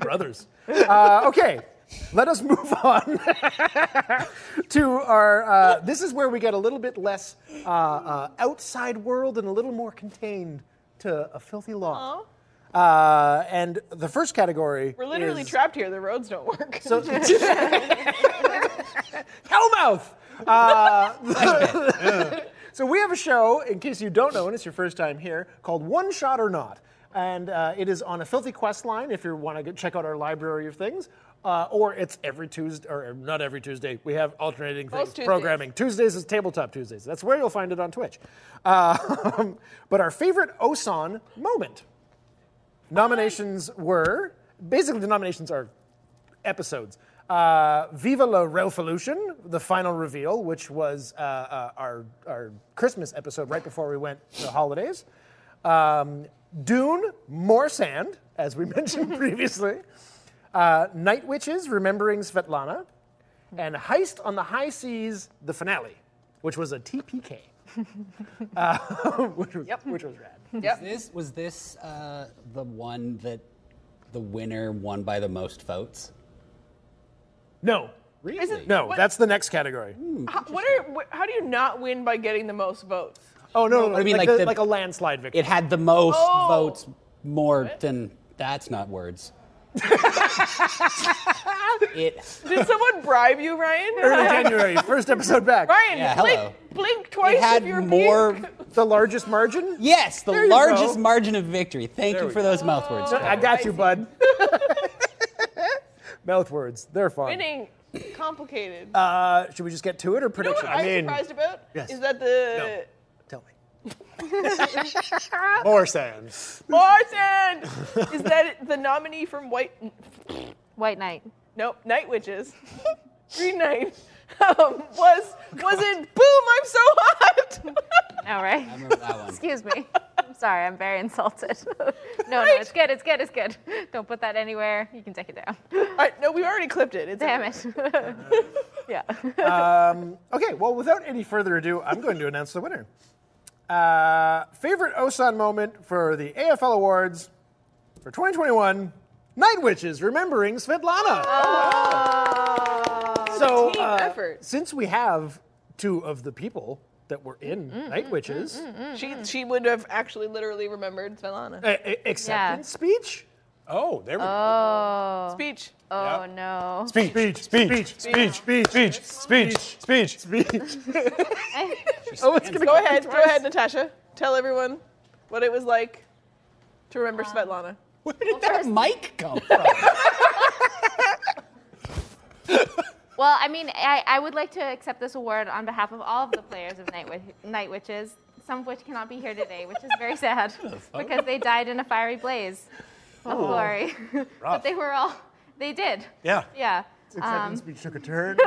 Speaker 1: brothers. Uh, okay, let us move on [laughs] to our. Uh, this is where we get a little bit less uh, uh, outside world and a little more contained to a filthy law. Uh, and the first category.
Speaker 4: Oh. We're literally
Speaker 1: is-
Speaker 4: trapped here. The roads don't work.
Speaker 1: So, [laughs] Hellmouth. Uh, [laughs] so we have a show, in case you don't know, and it's your first time here, called One Shot or Not, and uh, it is on a Filthy Quest line. If you want to check out our library of things, uh, or it's every Tuesday, or not every Tuesday. We have alternating things,
Speaker 4: Most Tuesdays.
Speaker 1: programming. Tuesdays is Tabletop Tuesdays. That's where you'll find it on Twitch. Uh, [laughs] but our favorite Osan moment. Nominations were basically the nominations are episodes. Uh, Viva la Revolution, the final reveal, which was uh, uh, our our Christmas episode right before we went to the holidays. Um, Dune, more sand, as we [laughs] mentioned previously. Uh, Night Witches, remembering Svetlana, and Heist on the High Seas, the finale, which was a TPK, [laughs] uh, [laughs] which, was, which was rad.
Speaker 2: This was this uh, the one that the winner won by the most votes.
Speaker 1: No.
Speaker 2: Really?
Speaker 1: No,
Speaker 4: What-
Speaker 1: that's the next category.
Speaker 4: [laughs] how, what are, what, how do you not win by getting the most votes?
Speaker 1: Oh no, no,
Speaker 2: I mean,
Speaker 1: like,
Speaker 2: like
Speaker 1: the-
Speaker 2: the-
Speaker 1: like a landslide victory.
Speaker 2: It had the most
Speaker 4: Oh.
Speaker 2: votes, more than that's not words. it
Speaker 4: [laughs] Did someone bribe you, Ryan?
Speaker 1: Early January, first episode back.
Speaker 4: Ryan,
Speaker 2: Yeah,
Speaker 4: blink,
Speaker 2: hello.
Speaker 4: blink twice
Speaker 2: it had
Speaker 4: if you're
Speaker 2: more.
Speaker 4: being-
Speaker 1: The largest margin?
Speaker 2: Yes, the
Speaker 1: There you
Speaker 2: largest
Speaker 1: go.
Speaker 2: margin of victory. Thank
Speaker 5: There
Speaker 2: you
Speaker 5: we
Speaker 2: for
Speaker 5: go.
Speaker 2: those mouth
Speaker 4: [laughs]
Speaker 2: words.
Speaker 1: I got you, bud. Mouth words, they're fun.
Speaker 4: winning
Speaker 2: [coughs]
Speaker 4: complicated.
Speaker 1: Uh, should we just get to it or
Speaker 4: you know
Speaker 1: prediction?
Speaker 4: what I'm surprised about
Speaker 1: Yes.
Speaker 4: is that the
Speaker 1: tell me.
Speaker 5: More sands.
Speaker 4: [laughs] Martin is that it- the nominee from White
Speaker 3: White Knight.
Speaker 4: Nope, Night Witches, [laughs] Green Knight um, was was in Boom! I'm so hot. [laughs]
Speaker 3: All right.
Speaker 2: I remember that one.
Speaker 3: Excuse me. I'm sorry. I'm very insulted. [laughs] no, no, it's good. It's good. It's good. Don't put that anywhere. You can take it down. [laughs]
Speaker 4: All right, no, we already clipped it. It's
Speaker 3: Damn it. [laughs] yeah.
Speaker 1: Okay, well, without any further ado, I'm going to announce the winner. Uh, favorite Osan moment for the AFL Awards for 2021 Night Witches Remembering Svetlana. so, uh,
Speaker 4: Oh, team effort.
Speaker 1: since we have two of the people that were in
Speaker 4: Mm,
Speaker 1: Night Witches,
Speaker 3: Mm-hmm.
Speaker 4: She she would have actually literally remembered Svetlana.
Speaker 1: a- a- acceptance speech.
Speaker 5: Oh, there we go.
Speaker 4: Speech.
Speaker 3: Oh
Speaker 5: Yep.
Speaker 3: no.
Speaker 5: Speech, speech, speech, speech, speech, speech, speech, speech,
Speaker 1: Oh, it's gonna
Speaker 4: Go ahead, go ahead, Natasha. Tell everyone what it was like to remember Svetlana.
Speaker 2: Where did that mic come from?
Speaker 3: Well, I mean, I, I would like to accept this award on behalf of all of the players of Night, Wit- Night Witches, some of which cannot be here today, which is very sad because they died in a fiery blaze of glory. [laughs] but they were all, they did.
Speaker 5: Yeah.
Speaker 3: Yeah.
Speaker 1: acceptance speech took a turn.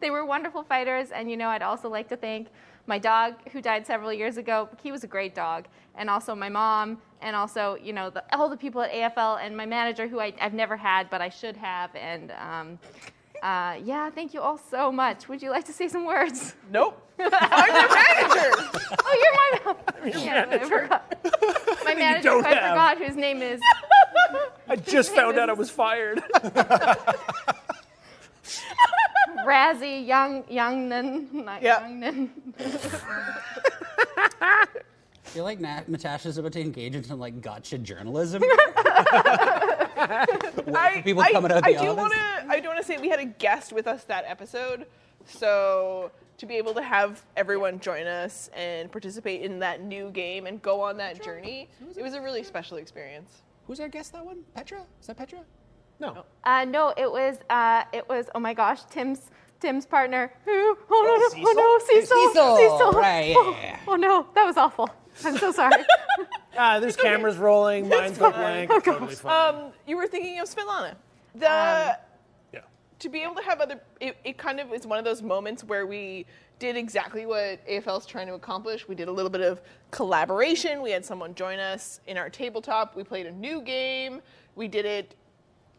Speaker 3: They were wonderful fighters, and you know, I'd also like to thank my dog who died several years ago. He was a great dog, and also my mom, and also you know the, all the people at AFL, and my manager who I, I've never had but I should have. And um, uh, yeah, thank you all so much. Would you like to say some
Speaker 1: [laughs]
Speaker 3: words?
Speaker 4: Nope. I'm your [laughs] manager.
Speaker 3: Oh, you're my manager. I
Speaker 1: [laughs]
Speaker 3: forgot. My manager, who
Speaker 1: don't
Speaker 3: I
Speaker 1: have.
Speaker 3: forgot whose name is.
Speaker 1: [laughs] I just found out I was fired.
Speaker 3: Razzie Young Youngnan, not
Speaker 4: Yeah.
Speaker 3: Youngnan.
Speaker 2: I feel like Nat- Natasha's about to engage in some like gotcha journalism.
Speaker 4: I,
Speaker 2: people
Speaker 4: I,
Speaker 2: coming out of the
Speaker 4: I do
Speaker 2: office.
Speaker 4: want to. I do want to say we had a guest with us that episode, so to be able to have everyone join us and participate in that new game and go on that journey, it was a really special experience.
Speaker 2: Who's our guest that one? Petra? Is that Petra?
Speaker 1: No.
Speaker 3: Uh, no, it was uh, it was oh my gosh, Tim's Tim's partner. Who? Oh, no, no, oh no, Cecil,
Speaker 2: Cecil,
Speaker 3: Cecil.
Speaker 2: right, yeah,
Speaker 3: Oh,
Speaker 2: yeah, yeah.
Speaker 3: oh, no, that was awful. I'm so
Speaker 2: [laughs]
Speaker 3: sorry.
Speaker 1: Ah, there's cameras [laughs] rolling, minds go blank. it's Totally fine.
Speaker 4: Um, you were thinking of Svetlana. The to be able to have other it, it kind of is one of those moments where we did exactly what AFL is trying to accomplish. We did a little bit of collaboration. We had someone join us in our tabletop. We played a new game. We did it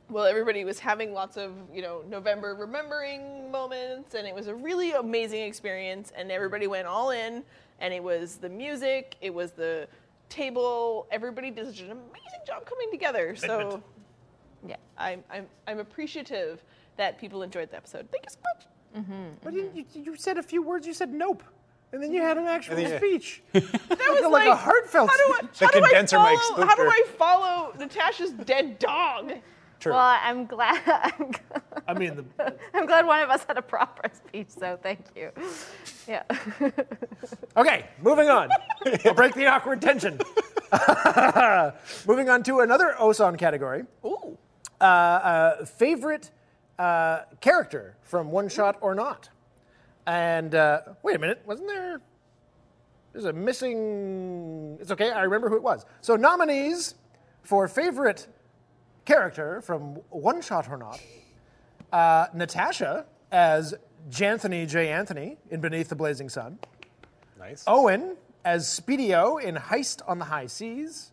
Speaker 4: well everybody was having lots of, you know, November remembering moments and it was a really amazing experience and everybody went all in and it was the music, it was the table, everybody did such an amazing job coming together. So
Speaker 5: Commitment.
Speaker 3: yeah.
Speaker 4: I'm, I'm, I'm appreciative that people enjoyed the episode. Thank you so much.
Speaker 1: But you, you, you said a few words. You said nope, and then you had an actual
Speaker 5: And then you-
Speaker 1: [laughs] speech. That was like, a
Speaker 4: like,
Speaker 1: heartfelt.
Speaker 4: How do I,
Speaker 1: speech.
Speaker 5: The
Speaker 4: how do I
Speaker 5: condenser
Speaker 4: follow,
Speaker 5: mic spooked
Speaker 4: How do
Speaker 5: her.
Speaker 4: I follow Natasha's dead dog?
Speaker 5: True.
Speaker 3: Well, I'm glad [laughs] I'm, gl-
Speaker 1: I mean, the,
Speaker 3: [laughs] I'm glad one of us had a proper speech. So thank you. Yeah. [laughs]
Speaker 1: okay. Moving on. we'll break the awkward tension. [laughs] moving on to another Osan category.
Speaker 4: Ooh.
Speaker 1: Uh, uh, favorite uh, character from One Shot or Not. And uh, wait a minute, wasn't there? There's a missing. It's okay. I remember who it was. So nominees for favorite character from One Shot or Not: uh, Natasha as Janthony J. Anthony in Beneath the Blazing Sun.
Speaker 5: Nice.
Speaker 1: Owen as Speedio in Heist on the High Seas.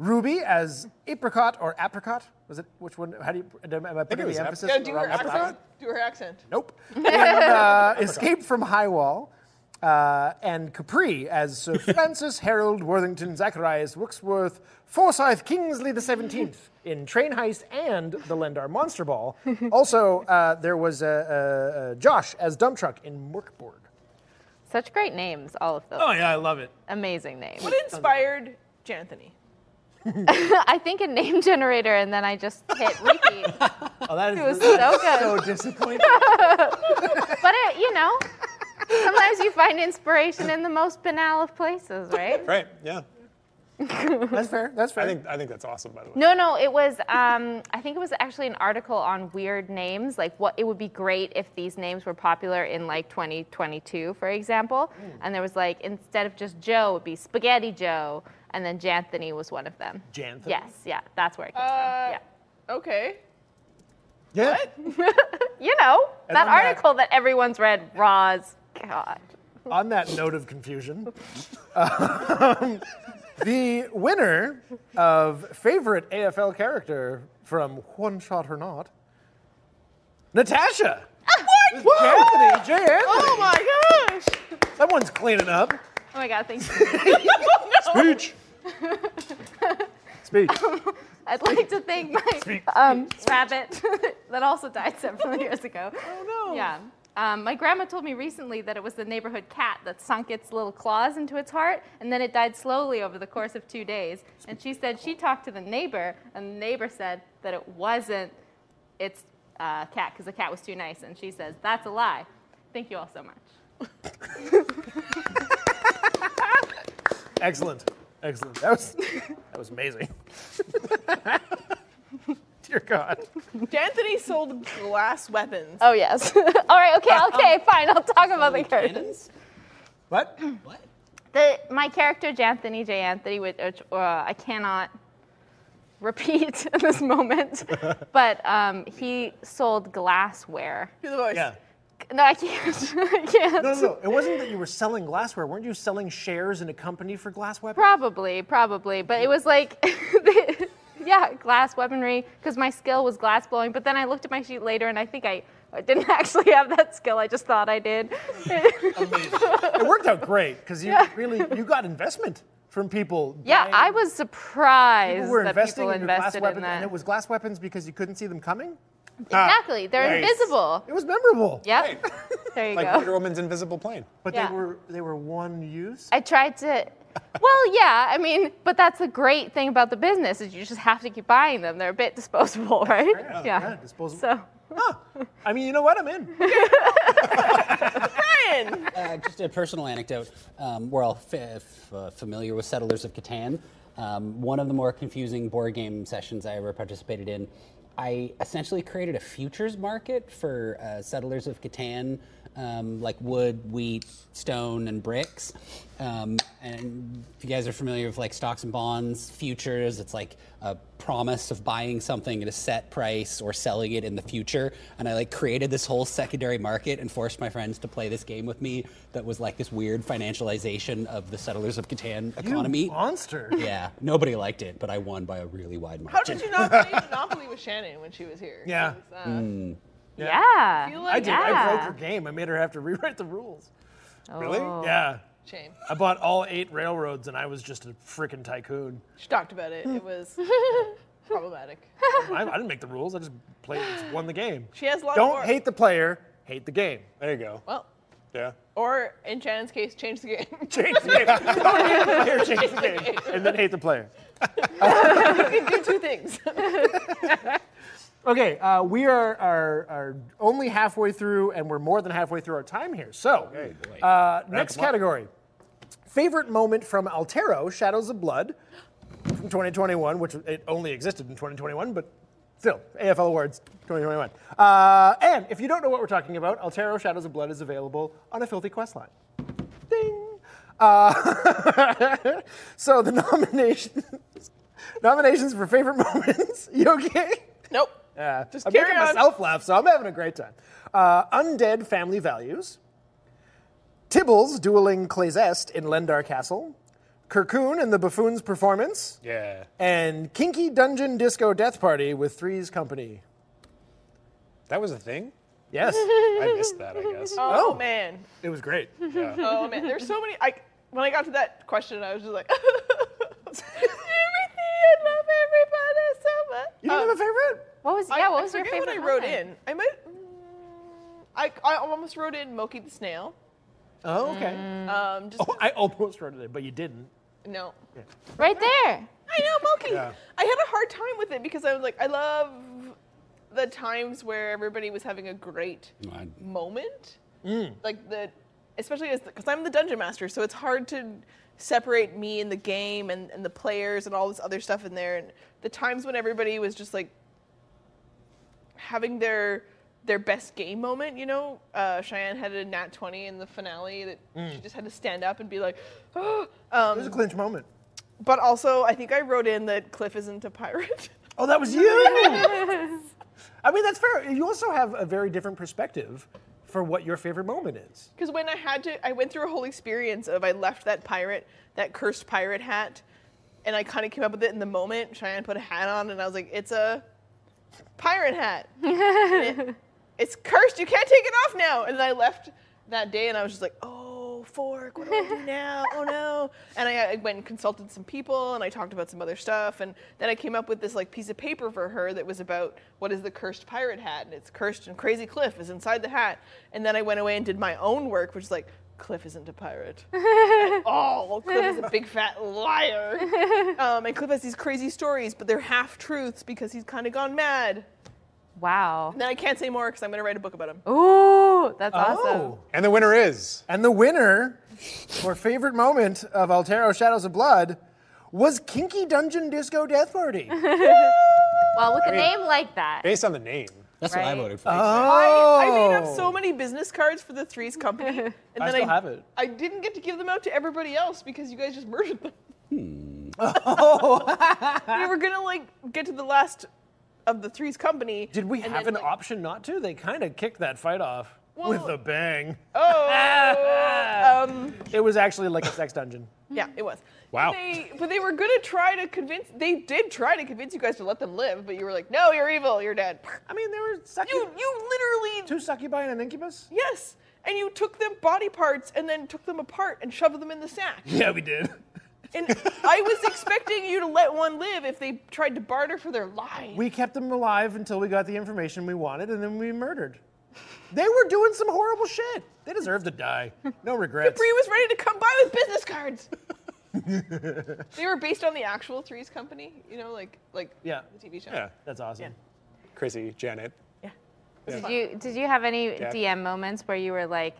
Speaker 1: Ruby as Apricot or Apricot. Was it which one? How do you? Am I putting
Speaker 5: it was
Speaker 1: the
Speaker 5: Ap-
Speaker 1: emphasis?
Speaker 4: Yeah, do
Speaker 1: around
Speaker 4: her accent.
Speaker 1: Apricot?
Speaker 4: Do her accent.
Speaker 1: Nope. And, uh, Escape from High Wall. Uh, and Capri as Sir Francis Harold Worthington Zacharias Rooksworth Forsyth Kingsley the Seventeenth in Train Heist and the Lendar Monster Ball. Also, uh, there was uh, uh, uh, Josh as Dump Truck in Morkborg.
Speaker 3: Such great names, all of those.
Speaker 1: Oh, yeah, I love it.
Speaker 3: Amazing names.
Speaker 4: What inspired Janthony?
Speaker 3: I think a name generator, and then I just hit repeat.
Speaker 1: [laughs] Oh, that is
Speaker 3: It was so good.
Speaker 1: so disappointing.
Speaker 3: But it, you know, sometimes you find inspiration in the most banal of places, right?
Speaker 5: Right. Yeah.
Speaker 1: That's fair. [laughs] That's fair.
Speaker 5: I think I think that's awesome, by the way.
Speaker 3: No, no, it was. Um, I think it was actually an article on weird names, like what it would be great if these names were popular in like 2022, for example. And there was like instead of just Joe, it would be Spaghetti Joe, and then Janthony was one of them.
Speaker 1: Janthony?
Speaker 3: Yes, yeah, that's where it comes
Speaker 4: Uh,
Speaker 3: from.
Speaker 4: Okay.
Speaker 1: yeah.
Speaker 3: Yeah, you know
Speaker 1: And on
Speaker 3: that
Speaker 1: that-
Speaker 3: article that, everyone's read. Roz, God,
Speaker 1: on that note of confusion, um, the winner of favorite AFL character from One Shot or Not, Natasha. What? Anthony, J. Anthony.
Speaker 4: Oh my gosh!
Speaker 1: Someone's cleaning up.
Speaker 3: oh my God, thank you.
Speaker 1: Speech. Speech.
Speaker 3: I'd like to thank my um, rabbit [laughs] that also died several [laughs] years ago. Oh no! Yeah. Um, my grandma told me recently that it was the neighborhood cat that sunk its little claws into its heart, and then it died slowly over the course of two days. And she said she talked to the neighbor, and the neighbor said that it wasn't its uh, cat because the cat was too nice. And she says that's a lie. Thank you all so much.
Speaker 1: Excellent. Excellent. That was that was amazing. [laughs] Dear God.
Speaker 4: D'Anthony sold glass weapons.
Speaker 3: Oh yes. [laughs] all right. Okay. Okay. fine. I'll talk about the characters.
Speaker 2: Cannons?
Speaker 1: What?
Speaker 2: What?
Speaker 3: The, my character, Janthony J. Anthony, which which, uh, I cannot [laughs] repeat at
Speaker 1: [laughs]
Speaker 3: this moment, but um, he sold glassware.
Speaker 4: Do the voice.
Speaker 1: Yeah.
Speaker 3: No, I can't. [laughs] I can't.
Speaker 1: No, no, no. It wasn't that you were selling glassware. Weren't you selling shares in a company for glass weapons?
Speaker 3: Probably, probably, but it was like, [laughs] the- yeah, glass weaponry, because my skill was glass blowing. But then I looked at my sheet later, and I think I I didn't [laughs] actually have that skill. I just thought
Speaker 1: [laughs]
Speaker 3: I did.
Speaker 1: It worked out great because you really you got investment from people.
Speaker 3: yeah,
Speaker 1: buying-
Speaker 3: I was surprised
Speaker 1: people were
Speaker 3: that
Speaker 1: investing
Speaker 3: people
Speaker 1: in your glass
Speaker 3: invested
Speaker 1: weapons,
Speaker 3: in that.
Speaker 1: and it was glass weapons because you couldn't see them coming.
Speaker 3: exactly, they're
Speaker 5: Nice.
Speaker 3: invisible.
Speaker 1: It was memorable.
Speaker 3: Yep.
Speaker 5: Right.
Speaker 3: There you
Speaker 5: Like
Speaker 3: go.
Speaker 5: Wonder Woman's invisible plane.
Speaker 1: But
Speaker 3: Yeah.
Speaker 1: they were they were one use.
Speaker 3: I tried to. Well, yeah, I mean, but that's the great thing about the business is you just have to keep buying them. They're a bit disposable, right?
Speaker 1: Yeah, yeah, disposable.
Speaker 3: So,
Speaker 1: Huh. I mean, you know what? I'm in.
Speaker 4: Brian!
Speaker 2: Uh, just a personal anecdote. Um, we're all fa- f- uh, familiar with Settlers of Catan. Um, one of the more confusing board game sessions I ever participated in, I essentially created a futures market for uh, Settlers of Catan, um, like wood, wheat, stone, and bricks. Um, and if you guys are familiar with like stocks and bonds, futures, it's like a promise of buying something at a set price or selling it in the future. And I like created this whole secondary market and forced my friends to play this game with me that was like this weird financialization of the settlers of Catan economy.
Speaker 1: You monster.
Speaker 2: yeah, nobody liked it, but I won by a really wide
Speaker 4: How
Speaker 2: margin.
Speaker 4: did you
Speaker 5: [laughs]
Speaker 4: not play Monopoly with Shannon when she was here?
Speaker 1: Yeah.
Speaker 4: It was, uh,
Speaker 5: Hmm.
Speaker 3: yeah.
Speaker 4: feel
Speaker 1: I
Speaker 4: like
Speaker 1: did. I broke her game. I made her have to [laughs] rewrite the rules.
Speaker 5: Really?
Speaker 3: Oh.
Speaker 1: Yeah.
Speaker 4: shame.
Speaker 1: I bought all eight railroads, and I was just a freaking tycoon.
Speaker 4: She talked about it. It
Speaker 5: [laughs]
Speaker 4: was problematic.
Speaker 1: I, I didn't make the rules. I just played, just won the game.
Speaker 4: She has a lot
Speaker 1: Don't
Speaker 4: more.
Speaker 1: hate the player, hate the game. [laughs]
Speaker 5: There you go.
Speaker 4: Well,
Speaker 5: Yeah.
Speaker 4: or in Shannon's case, change the game.
Speaker 1: Change the game. Don't hate the player, change the game, and then hate the player.
Speaker 4: you can do two things. [laughs]
Speaker 1: Okay, uh, we are, are, are only halfway through, and we're more than halfway through our time here. So, uh, next category favorite moment from Altero Shadows of Blood from 2021, which it only existed in 2021, but still, AFL Awards 2021. Uh, and if you don't know what we're talking about, Altero Shadows of Blood is available on a filthy quest line. Ding! Uh, [laughs] so, the nominations, [laughs] nominations for favorite moments. [laughs] You okay?
Speaker 4: nope.
Speaker 1: Yeah.
Speaker 4: Just
Speaker 1: I'm
Speaker 4: carry
Speaker 1: making
Speaker 4: on.
Speaker 1: myself laugh, so I'm having a great time. Uh, undead family values. Tibbles dueling Clazest in Lendar Castle. Kirkoon and the Buffoon's performance.
Speaker 5: Yeah.
Speaker 1: And Kinky Dungeon Disco Death Party with Three's Company.
Speaker 5: That was a thing.
Speaker 1: Yes,
Speaker 5: I missed that. I guess.
Speaker 4: Oh,
Speaker 1: Oh.
Speaker 4: man.
Speaker 1: [laughs] it was great.
Speaker 4: Oh man. There's so many. I when I got to that question, I was just like, [laughs] everything. I love everybody so much. Um,
Speaker 1: You didn't have a favorite?
Speaker 3: What was,
Speaker 4: I-
Speaker 3: yeah, what
Speaker 4: I
Speaker 3: was your
Speaker 4: forget
Speaker 3: favorite?
Speaker 4: what I wrote
Speaker 3: moment?
Speaker 4: in. I might. mm, I, I almost wrote in Moki the snail.
Speaker 1: Oh, okay.
Speaker 4: Um, just
Speaker 1: Oh, I almost wrote it, in, but you didn't.
Speaker 4: no.
Speaker 3: Right there.
Speaker 4: I know Moki.
Speaker 5: Yeah.
Speaker 4: I had a hard time with it because I was like, I love the times where everybody was having a great
Speaker 2: I-
Speaker 4: moment. Like the, especially as because I'm the dungeon master, so it's hard to separate me and the game and, and the players and all this other stuff in there. And the times when everybody was just like having their their best game moment, you know, uh, Cheyenne had a nat 20 in the finale that she just had to stand up and be like, [gasps] oh.
Speaker 1: It was a clinch moment.
Speaker 4: but also I think I wrote in that Cliff isn't a [laughs] pirate.
Speaker 1: Oh, [laughs] that was you. I mean, that's fair. You also have a very different perspective for what your favorite moment is.
Speaker 4: Because when I had to, I went through a whole experience of I left that pirate, that cursed pirate hat, and I kind of came up with it in the moment. Cheyenne put a hat on, and I was like, it's a pirate hat. And it- it's cursed. You can't take it off now. And then I left that day, and I was just like, oh, fork. What do I do now? Oh no. And I, I went and consulted some people, and I talked about some other stuff, and then I came up with this like piece of paper for her that was about what is the cursed pirate hat, and it's cursed, and Crazy Cliff is inside the hat. And then I went away and did my own work, which is like. Cliff isn't a pirate at all. Cliff is a big fat liar. Um, and Cliff has these crazy stories, but they're half truths because he's kind of gone mad.
Speaker 3: Wow.
Speaker 4: Then I can't say more because I'm going to write a book about him.
Speaker 3: Ooh,
Speaker 1: Oh.
Speaker 3: that's awesome.
Speaker 5: And the winner is.
Speaker 1: And the winner for favorite moment of Altero Shadows of Blood was Kinky Dungeon Disco Death
Speaker 4: [laughs]
Speaker 1: Party.
Speaker 3: Well, with a name like that.
Speaker 5: Based on the name.
Speaker 2: That's what I
Speaker 3: Right.
Speaker 2: voted for.
Speaker 1: Uh,
Speaker 4: I, I made up
Speaker 1: Oh.
Speaker 4: so many business cards for the Threes Company, and
Speaker 1: [laughs] I
Speaker 4: then
Speaker 1: still
Speaker 4: I
Speaker 1: have it.
Speaker 4: I didn't get to give them out to everybody else because you guys just murdered them.
Speaker 1: Hmm. [laughs]
Speaker 4: we were gonna like get to the last of the Threes Company.
Speaker 1: Did we
Speaker 4: and
Speaker 1: have an
Speaker 4: then, like,
Speaker 1: option not to? They kind of kicked that fight off with
Speaker 4: Well-
Speaker 1: a bang. [laughs]
Speaker 4: Oh, um,
Speaker 1: It was actually like a sex dungeon.
Speaker 4: yeah, it was.
Speaker 5: Wow.
Speaker 4: They, but they were gonna try to convince. They did try to convince you guys to let them live, but you were like, "No, you're evil. You're dead."
Speaker 1: I mean, there were succu-
Speaker 4: You you literally
Speaker 1: two succubi and an incubus.
Speaker 4: yes, and you took them body parts and then took them apart and shoved them in the sack.
Speaker 1: Yeah, we did.
Speaker 4: And I was expecting you to let one live if they tried to barter for their lives.
Speaker 1: We kept them alive until we got the information we wanted, and then we murdered. They were doing some horrible shit. They deserve to die.
Speaker 4: [laughs]
Speaker 1: No regrets.
Speaker 4: Bree was ready to come by with business cards. they were based on the actual Threes Company, you know, like like
Speaker 1: Yeah.
Speaker 4: the TV show.
Speaker 5: Yeah.
Speaker 1: That's awesome.
Speaker 5: Chrissy, Janet.
Speaker 3: Did you did you have any
Speaker 5: Jack.
Speaker 3: DM moments where you were like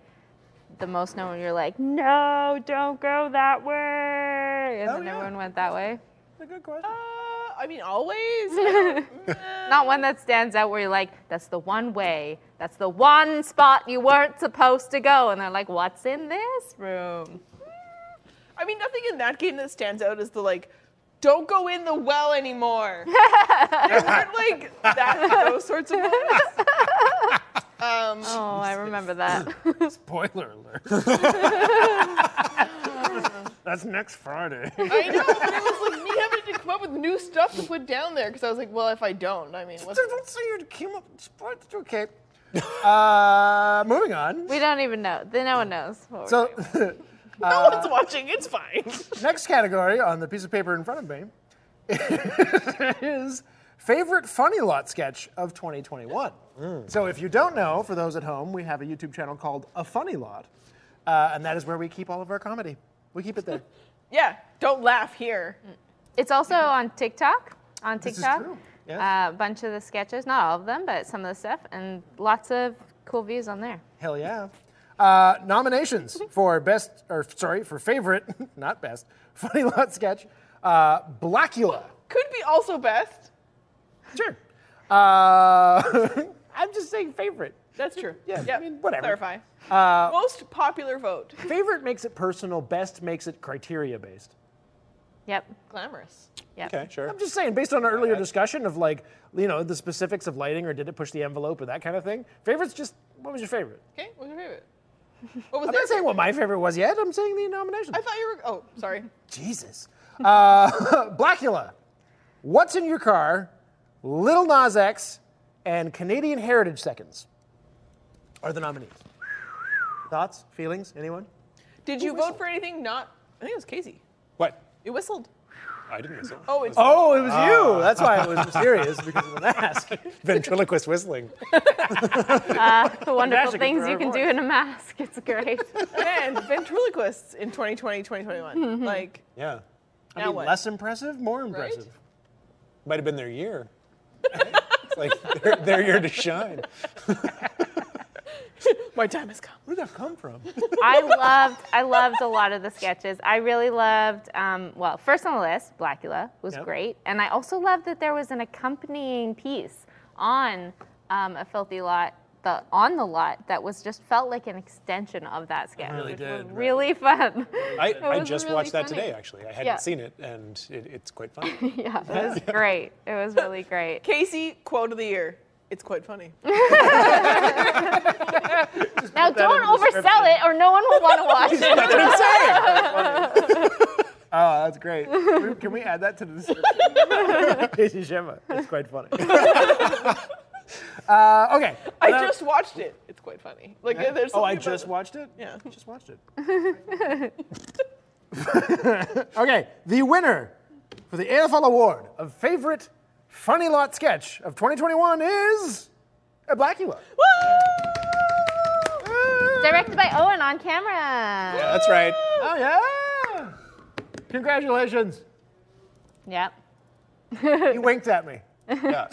Speaker 3: the most known you're like, no, don't go that way. And
Speaker 1: Oh,
Speaker 3: then
Speaker 1: yeah.
Speaker 3: everyone went that way.
Speaker 1: That's a good question.
Speaker 4: Uh, I mean, always. I don't-
Speaker 3: Not one that stands out where you're like, that's the one way. That's the one spot you weren't supposed to go. And they're like, what's in this room?
Speaker 4: I mean, nothing in that game that stands out is the like, don't go in the well anymore. there weren't like that those sorts of moments.
Speaker 3: Oh, I remember that.
Speaker 1: Spoiler alert. [laughs] That's next Friday.
Speaker 4: I know, but it was like me having to come up with new stuff to put down there because I was like, well, if I don't, I mean, what's
Speaker 1: Don't say you came up. It's okay. Uh, moving on.
Speaker 3: we don't even know. Then no one knows. What we're
Speaker 1: So, [laughs]
Speaker 3: doing.
Speaker 4: No one's watching. It's fine.
Speaker 1: next category on the piece of paper in front of me [laughs] is favorite funny lot sketch of 2021. So, if you don't know, for those at home, we have a YouTube channel called A Funny Lot, uh, and that is where we keep all of our comedy. We keep it there.
Speaker 4: [laughs] Yeah, don't laugh here.
Speaker 3: It's also on TikTok. On
Speaker 1: This is
Speaker 3: TikTok,
Speaker 1: true, yes.
Speaker 3: uh, a bunch of the sketches, not all of them, but some of the stuff, and lots of cool views on there.
Speaker 1: Hell yeah. Uh, [laughs] nominations for best, or sorry, for favorite, [laughs] not best, funny lot sketch, uh, Blackula.
Speaker 4: Could be also best.
Speaker 1: Sure. Uh, [laughs] I'm just saying favorite.
Speaker 4: That's true.
Speaker 1: Yeah, I
Speaker 4: Yep.
Speaker 1: mean, whatever. Uh,
Speaker 4: Clarify. Most popular vote.
Speaker 1: Favorite makes it personal, best makes it criteria based. [laughs]
Speaker 3: Yep.
Speaker 4: Glamorous.
Speaker 3: Yep.
Speaker 5: Okay, sure.
Speaker 1: I'm just saying, based on our earlier discussion of like, you know, the specifics of lighting or did it push the envelope or that kind of thing, favorite's just, what was your favorite?
Speaker 4: Okay, what's your favorite?
Speaker 1: [laughs]
Speaker 4: What was
Speaker 1: I'm
Speaker 4: their
Speaker 1: not saying
Speaker 4: favorite?
Speaker 1: what my favorite was yet, I'm saying the nominations.
Speaker 4: I thought you were. Oh, sorry.
Speaker 1: [laughs] Jesus. Uh, [laughs] Blackula, What's in Your Car, Little Nas X, and Canadian Heritage Seconds are the nominees. Thoughts, feelings, anyone?
Speaker 4: Did you vote for anything? Not. I think it was Casey.
Speaker 5: What?
Speaker 4: You
Speaker 1: [laughs]
Speaker 4: whistled.
Speaker 5: I didn't whistle.
Speaker 4: Oh, it's.
Speaker 1: Oh, it was you. That's why it [laughs] was mysterious because of an ask.
Speaker 5: Ventriloquist whistling.
Speaker 3: The Uh, [laughs] wonderful
Speaker 1: Magic
Speaker 3: things
Speaker 1: for
Speaker 3: you
Speaker 1: our
Speaker 3: can do
Speaker 1: voice.
Speaker 3: in a mask. It's great.
Speaker 4: Man, ventriloquists in
Speaker 1: [laughs]
Speaker 4: 2020, 2021. Like,
Speaker 5: Yeah.
Speaker 4: now what?
Speaker 1: Less impressive, more impressive.
Speaker 5: Might have been their year. It's like their, their year to shine.
Speaker 4: My time has come.
Speaker 1: Where did that come from?
Speaker 3: I loved I loved a lot of the sketches. I really loved um, well, first on the list, Blackula was
Speaker 1: Yep.
Speaker 3: great, and I also loved that there was an accompanying piece on um, a filthy lot. The, on the lot that was just felt like an extension of that sketch,
Speaker 1: really
Speaker 3: which
Speaker 1: did,
Speaker 3: was
Speaker 1: right.
Speaker 3: really fun.
Speaker 5: I,
Speaker 3: It
Speaker 5: I
Speaker 3: was
Speaker 5: just
Speaker 3: really
Speaker 5: watched that
Speaker 3: funny.
Speaker 5: today, actually. I hadn't
Speaker 3: Yeah.
Speaker 5: seen it, and it, it's quite funny.
Speaker 3: Yeah, it was great. It was really great.
Speaker 4: Casey, quote of the year. It's
Speaker 1: [laughs]
Speaker 4: quite funny.
Speaker 3: Now
Speaker 1: that in
Speaker 3: don't
Speaker 1: the script.
Speaker 3: oversell it, or no one will want to watch it.
Speaker 1: That's what I'm saying. Oh, [laughs] that's great. We- Can we add that [laughs] to the description? Casey Shema. It's quite funny. [laughs] uh, okay.
Speaker 4: I
Speaker 1: Now-
Speaker 4: just watched it. It's quite funny. Like there's
Speaker 1: oh, I
Speaker 4: something
Speaker 1: [laughs]
Speaker 4: about
Speaker 1: just
Speaker 4: it.
Speaker 1: watched it?
Speaker 4: Yeah.
Speaker 1: I just watched it. [laughs] okay, the winner for the AFL Award of Favorite Funny Lot Sketch of 2021 is a Blackula.
Speaker 3: Directed by Owen on camera.
Speaker 5: That's right.
Speaker 1: Oh, yeah. Congratulations.
Speaker 3: Yep.
Speaker 1: You winked at me.
Speaker 5: Yeah.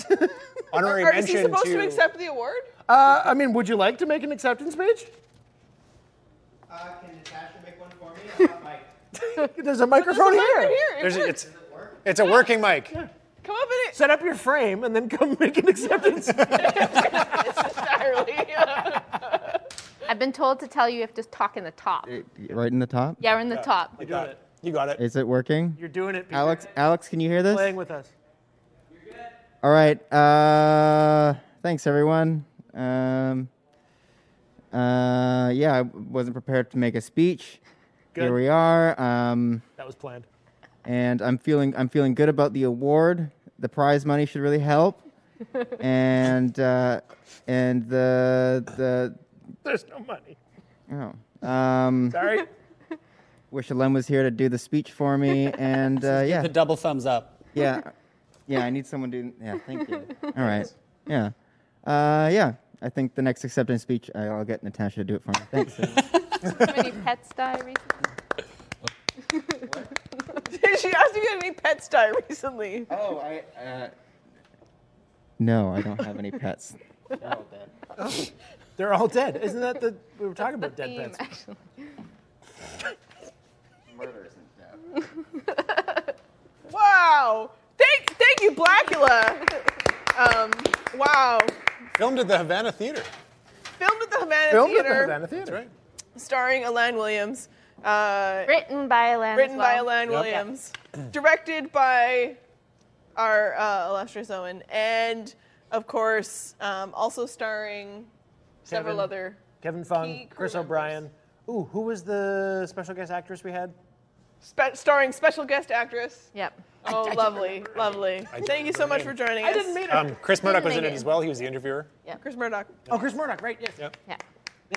Speaker 5: Honorary
Speaker 4: Or is he
Speaker 5: mention
Speaker 4: supposed to accept the award?
Speaker 1: Uh, I mean, would you like to make an acceptance speech?
Speaker 7: Uh, can Natasha make one for me? I got my.
Speaker 1: There's a microphone
Speaker 4: Right
Speaker 1: here.
Speaker 4: here.
Speaker 5: There's a- it's,
Speaker 7: Does it work?
Speaker 5: it's a working mic.
Speaker 4: Come up in it.
Speaker 1: Set up your frame and then come [laughs] make an acceptance.
Speaker 4: [laughs] Entirely.
Speaker 3: I've been told to tell you you have to talk in the top.
Speaker 7: Right in the top?
Speaker 3: Yeah, we're in the top.
Speaker 5: You got it. You got it.
Speaker 7: Is it working?
Speaker 1: You're doing it, Peter.
Speaker 7: Alex, Alex, can you hear this?
Speaker 1: Playing with us.
Speaker 7: All right. Uh, thanks, everyone. Um, uh, yeah, I wasn't prepared to make a speech.
Speaker 1: Good.
Speaker 7: Here we are. Um,
Speaker 1: That was planned.
Speaker 7: and I'm feeling I'm feeling good about the award. The prize money should really
Speaker 1: [laughs]
Speaker 7: help. and uh, and the
Speaker 1: There's no money.
Speaker 7: the oh. Um,
Speaker 1: Sorry.
Speaker 7: wish Alem was here to do the speech for me. And uh, yeah,
Speaker 2: The double thumbs up.
Speaker 7: yeah, [laughs] yeah. I need someone to. Yeah, thank you. All right. Yeah, uh, yeah. I think the next acceptance speech, I- I'll get Natasha to do it for me. Thanks.
Speaker 3: How many pets die recently?
Speaker 4: [laughs] she asked if you had any pets die recently.
Speaker 7: oh, I. Uh... No, I don't have any [laughs] pets.
Speaker 1: They're all dead. Isn't that the we were talking about dead
Speaker 3: Theme,
Speaker 1: [laughs] pets?
Speaker 3: actually.
Speaker 7: Murders and stuff.
Speaker 4: Wow. Thank, thank you, Blackula. Um, wow.
Speaker 5: Filmed at the Havana Theater.
Speaker 4: Filmed at the Havana
Speaker 1: Filmed at
Speaker 4: Theater,
Speaker 1: the Havana Theater.
Speaker 5: That's right.
Speaker 4: starring Alan Williams. Uh,
Speaker 3: Written by Alan. as
Speaker 4: written by
Speaker 3: well.
Speaker 4: Alan Williams.
Speaker 1: [clears throat]
Speaker 4: Directed by our uh, illustrious Owen. And, of course, um, also starring several
Speaker 1: Kevin.
Speaker 4: other.
Speaker 1: Kevin Fung,
Speaker 4: Key crew
Speaker 1: Chris
Speaker 4: members.
Speaker 1: O'Brien. Ooh, who was the special guest actress we had?
Speaker 4: Spe- starring special guest actress.
Speaker 3: Yep.
Speaker 4: Oh, lovely, lovely.
Speaker 5: don't
Speaker 4: Thank you so much for
Speaker 5: remember
Speaker 4: joining us.
Speaker 1: I didn't meet her.
Speaker 5: Um, Chris Murdoch was in
Speaker 3: Megan.
Speaker 5: it as well. He was the interviewer.
Speaker 4: Chris Murdoch.
Speaker 1: oh, Chris Murdoch, right? Yes.
Speaker 5: Yep.
Speaker 3: Yeah.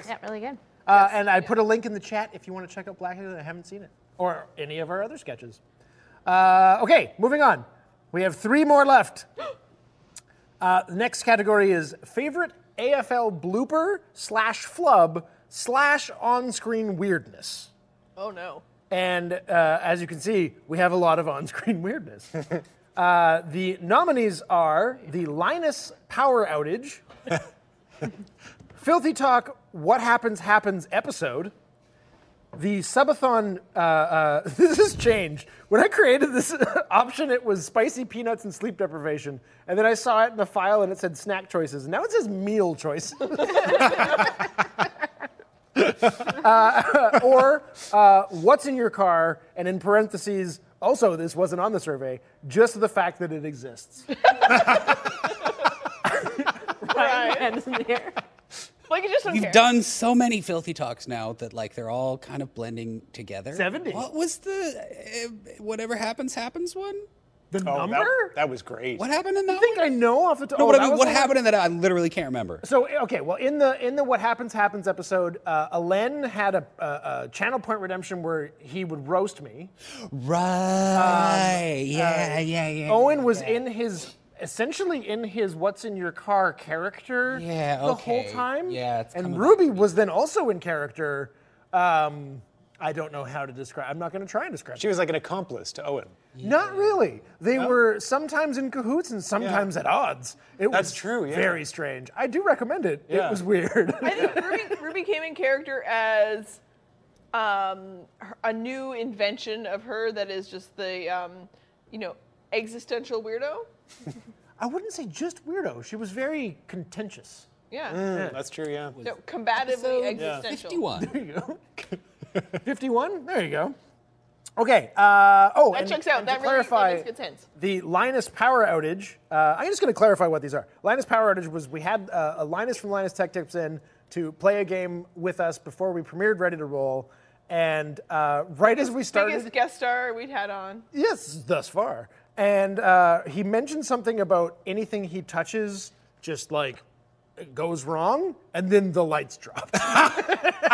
Speaker 3: Yeah, really good.
Speaker 1: Uh, and I put a link in the chat if you want to check out Black Hill. I haven't seen it or any of our other sketches. Uh, okay, moving on. We have three more left. Uh, the next category is favorite AFL blooper slash flub slash on screen weirdness.
Speaker 4: Oh no.
Speaker 1: And uh, as you can see, we have a lot of on screen [laughs] weirdness. uh, the nominees are the Linus power outage, Filthy Talk What Happens Happens episode, the Subathon. Uh, uh, [laughs] this has changed. When I created this [laughs] option, it was spicy peanuts and sleep deprivation. And then I saw it in the file and it said snack choices. Now it says meal choices. or uh, what's in your car, and in parentheses, also this wasn't on the survey, just the fact that it exists.
Speaker 4: [laughs] Like you just don't
Speaker 2: We've
Speaker 4: care.
Speaker 2: done so many filthy talks now that like they're all kind of blending together.
Speaker 1: 70.
Speaker 2: What was the uh, whatever happens happens one?
Speaker 1: The
Speaker 5: Oh,
Speaker 1: number?
Speaker 5: that, that was great.
Speaker 2: What happened in that
Speaker 1: I think
Speaker 2: one?
Speaker 1: I know off the top. oh,
Speaker 2: no, but I
Speaker 1: that
Speaker 2: mean,
Speaker 1: was
Speaker 2: what
Speaker 1: the one-
Speaker 2: happened in that? I literally can't remember.
Speaker 1: So okay, well, in the in the what happens happens episode, uh, Alen had a, a, a channel point redemption where he would roast me.
Speaker 2: Right. yeah, yeah, yeah.
Speaker 1: Owen was in his essentially in his what's in your car character
Speaker 2: Yeah,
Speaker 1: the whole
Speaker 2: okay.
Speaker 1: time.
Speaker 2: Yeah, it's
Speaker 1: and
Speaker 2: coming
Speaker 1: Ruby was then also in character. Um, I don't know how to describe. I'm not going to try and describe.
Speaker 5: She was like an accomplice to Owen.
Speaker 1: Not really. They were sometimes in cahoots and sometimes at odds. It
Speaker 5: That's
Speaker 1: was
Speaker 5: true, yeah.
Speaker 1: Very strange. I do recommend it. It
Speaker 5: Yeah.
Speaker 1: was weird.
Speaker 4: I think Ruby, Ruby came in character as um, her- a new invention of her that is just the, um, you know, existential weirdo.
Speaker 1: [laughs] I wouldn't say just weirdo. She was very contentious.
Speaker 4: Yeah.
Speaker 5: Mm, that's true, yeah.
Speaker 4: No, combatively
Speaker 2: Episode
Speaker 4: existential.
Speaker 2: 51.
Speaker 1: There you go. 51. There you go. Okay. Uh, oh,
Speaker 4: That
Speaker 1: and,
Speaker 4: checks out.
Speaker 1: and to
Speaker 4: That really
Speaker 1: clarify,
Speaker 4: that makes good sense.
Speaker 1: The Linus power outage. Uh, I'm just going to clarify what these are. Linus power outage was we had uh, a Linus from Linus Tech Tips in to play a game with us before we premiered Ready to Roll, and uh, right as we started,
Speaker 4: Biggest guest star we'd had on.
Speaker 1: Yes, thus far. And uh, he mentioned something about anything he touches just like goes wrong, and then the lights dropped. [laughs]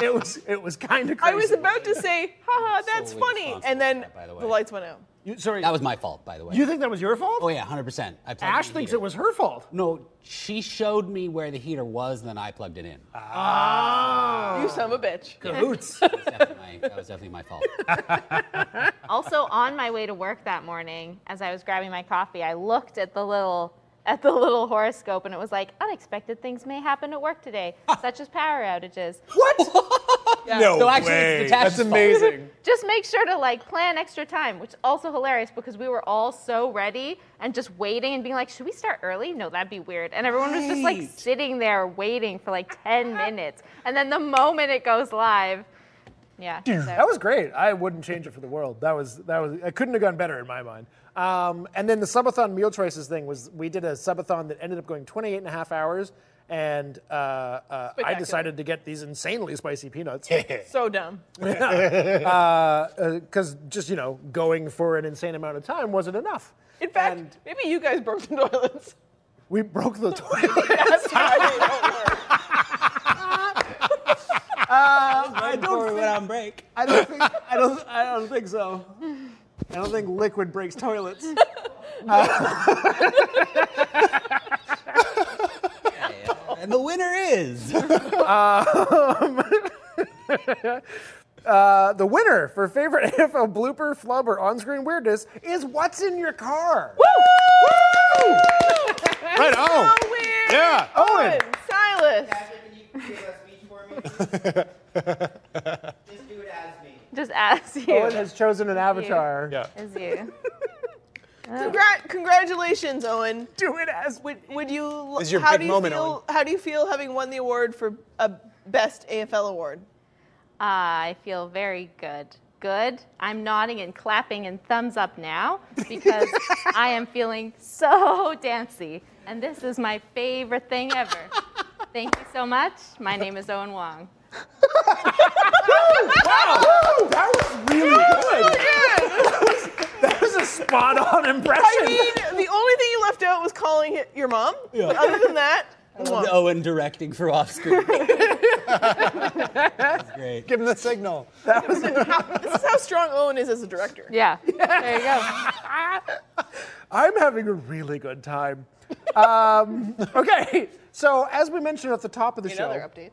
Speaker 1: it was it was kind of crazy.
Speaker 4: I was about to say, haha, that's
Speaker 2: Solely
Speaker 4: funny.
Speaker 2: responsible
Speaker 4: And
Speaker 2: for
Speaker 4: then
Speaker 2: that, by the
Speaker 4: the,
Speaker 2: way.
Speaker 4: lights went out.
Speaker 1: You, sorry,
Speaker 2: That was my fault, by the way.
Speaker 1: you think that was your fault?
Speaker 2: oh, yeah, 100%. I plugged
Speaker 1: Ash
Speaker 2: in the
Speaker 1: thinks
Speaker 2: heater.
Speaker 1: it was her fault.
Speaker 2: No, she showed me where the heater was, and then I plugged it in.
Speaker 1: Ah,
Speaker 4: You son of a bitch.
Speaker 1: boots.
Speaker 2: That was definitely my, that was definitely my
Speaker 1: [laughs]
Speaker 2: fault.
Speaker 3: Also, on my way to work that morning, as I was grabbing my coffee, I looked at the little at the little horoscope, and it was like, unexpected things may happen at work today, such as power outages.
Speaker 5: No,
Speaker 2: So actually, it's
Speaker 5: way.
Speaker 2: Natasha's
Speaker 5: That's
Speaker 2: fault.
Speaker 5: amazing.
Speaker 3: Just make sure to like plan extra time, which is also hilarious because we were all so ready and just waiting and being like, should we start early? No, that'd be weird. And everyone was just like
Speaker 2: Right.
Speaker 3: sitting there waiting for like 10 minutes. And then the moment it goes live, yeah. so-
Speaker 1: That was great. I wouldn't change it for the world. That was that was. It couldn't have gone better in my mind. Um, and then the subathon meal choices thing was we did a subathon that ended up going 28 and a half hours, and uh, uh, I
Speaker 4: Spectacular.
Speaker 1: decided to get these insanely spicy peanuts Uh,
Speaker 4: So dumb.
Speaker 1: because just you know going for an insane amount of time wasn't enough.
Speaker 4: In fact,
Speaker 1: And-
Speaker 4: maybe you guys broke the toilets.
Speaker 1: We broke [laughs] the toilet.
Speaker 4: [laughs] That's why they don't work.
Speaker 2: I don't we went on break.
Speaker 1: I don't think. I don't. I don't think so. I don't think liquid breaks toilets.
Speaker 2: And the winner is.
Speaker 1: Uh, the winner for favorite [laughs] AFL blooper, flub, or on-screen weirdness is what's in your car.
Speaker 5: Right on.
Speaker 4: So weird.
Speaker 5: Yeah.
Speaker 1: Owen.
Speaker 4: Owen, Silas.
Speaker 8: Just do it as me.
Speaker 3: Just ask you.
Speaker 1: Owen has chosen an avatar.
Speaker 5: Yeah.
Speaker 3: Is you.
Speaker 4: Congrat- congratulations, Owen.
Speaker 1: Do it as
Speaker 4: Would, would you? l-
Speaker 5: This is your
Speaker 4: how
Speaker 5: big
Speaker 4: do you
Speaker 5: moment,
Speaker 4: feel? How do you feel having won the award for a best AFL award?
Speaker 3: I feel very good. Good. I'm nodding and clapping and thumbs up now because I am feeling so dancy. And this is my favorite thing ever. Thank you so much. My name is Owen Wong.
Speaker 1: Woo! Oh, That was really good. that was a spot on impression.
Speaker 4: [laughs] I mean, the only thing you left out was calling it your mom. But other than [laughs] that,
Speaker 2: [laughs]
Speaker 4: mwah.
Speaker 2: Owen directing for off [laughs] screen. That's great.
Speaker 5: Give him the signal.
Speaker 4: this is how strong Owen is as a director.
Speaker 3: Yeah. There you go.
Speaker 1: I'm having a really good time. Um, [laughs] okay, so as we mentioned at the top of the
Speaker 4: In
Speaker 1: show,
Speaker 4: other updates.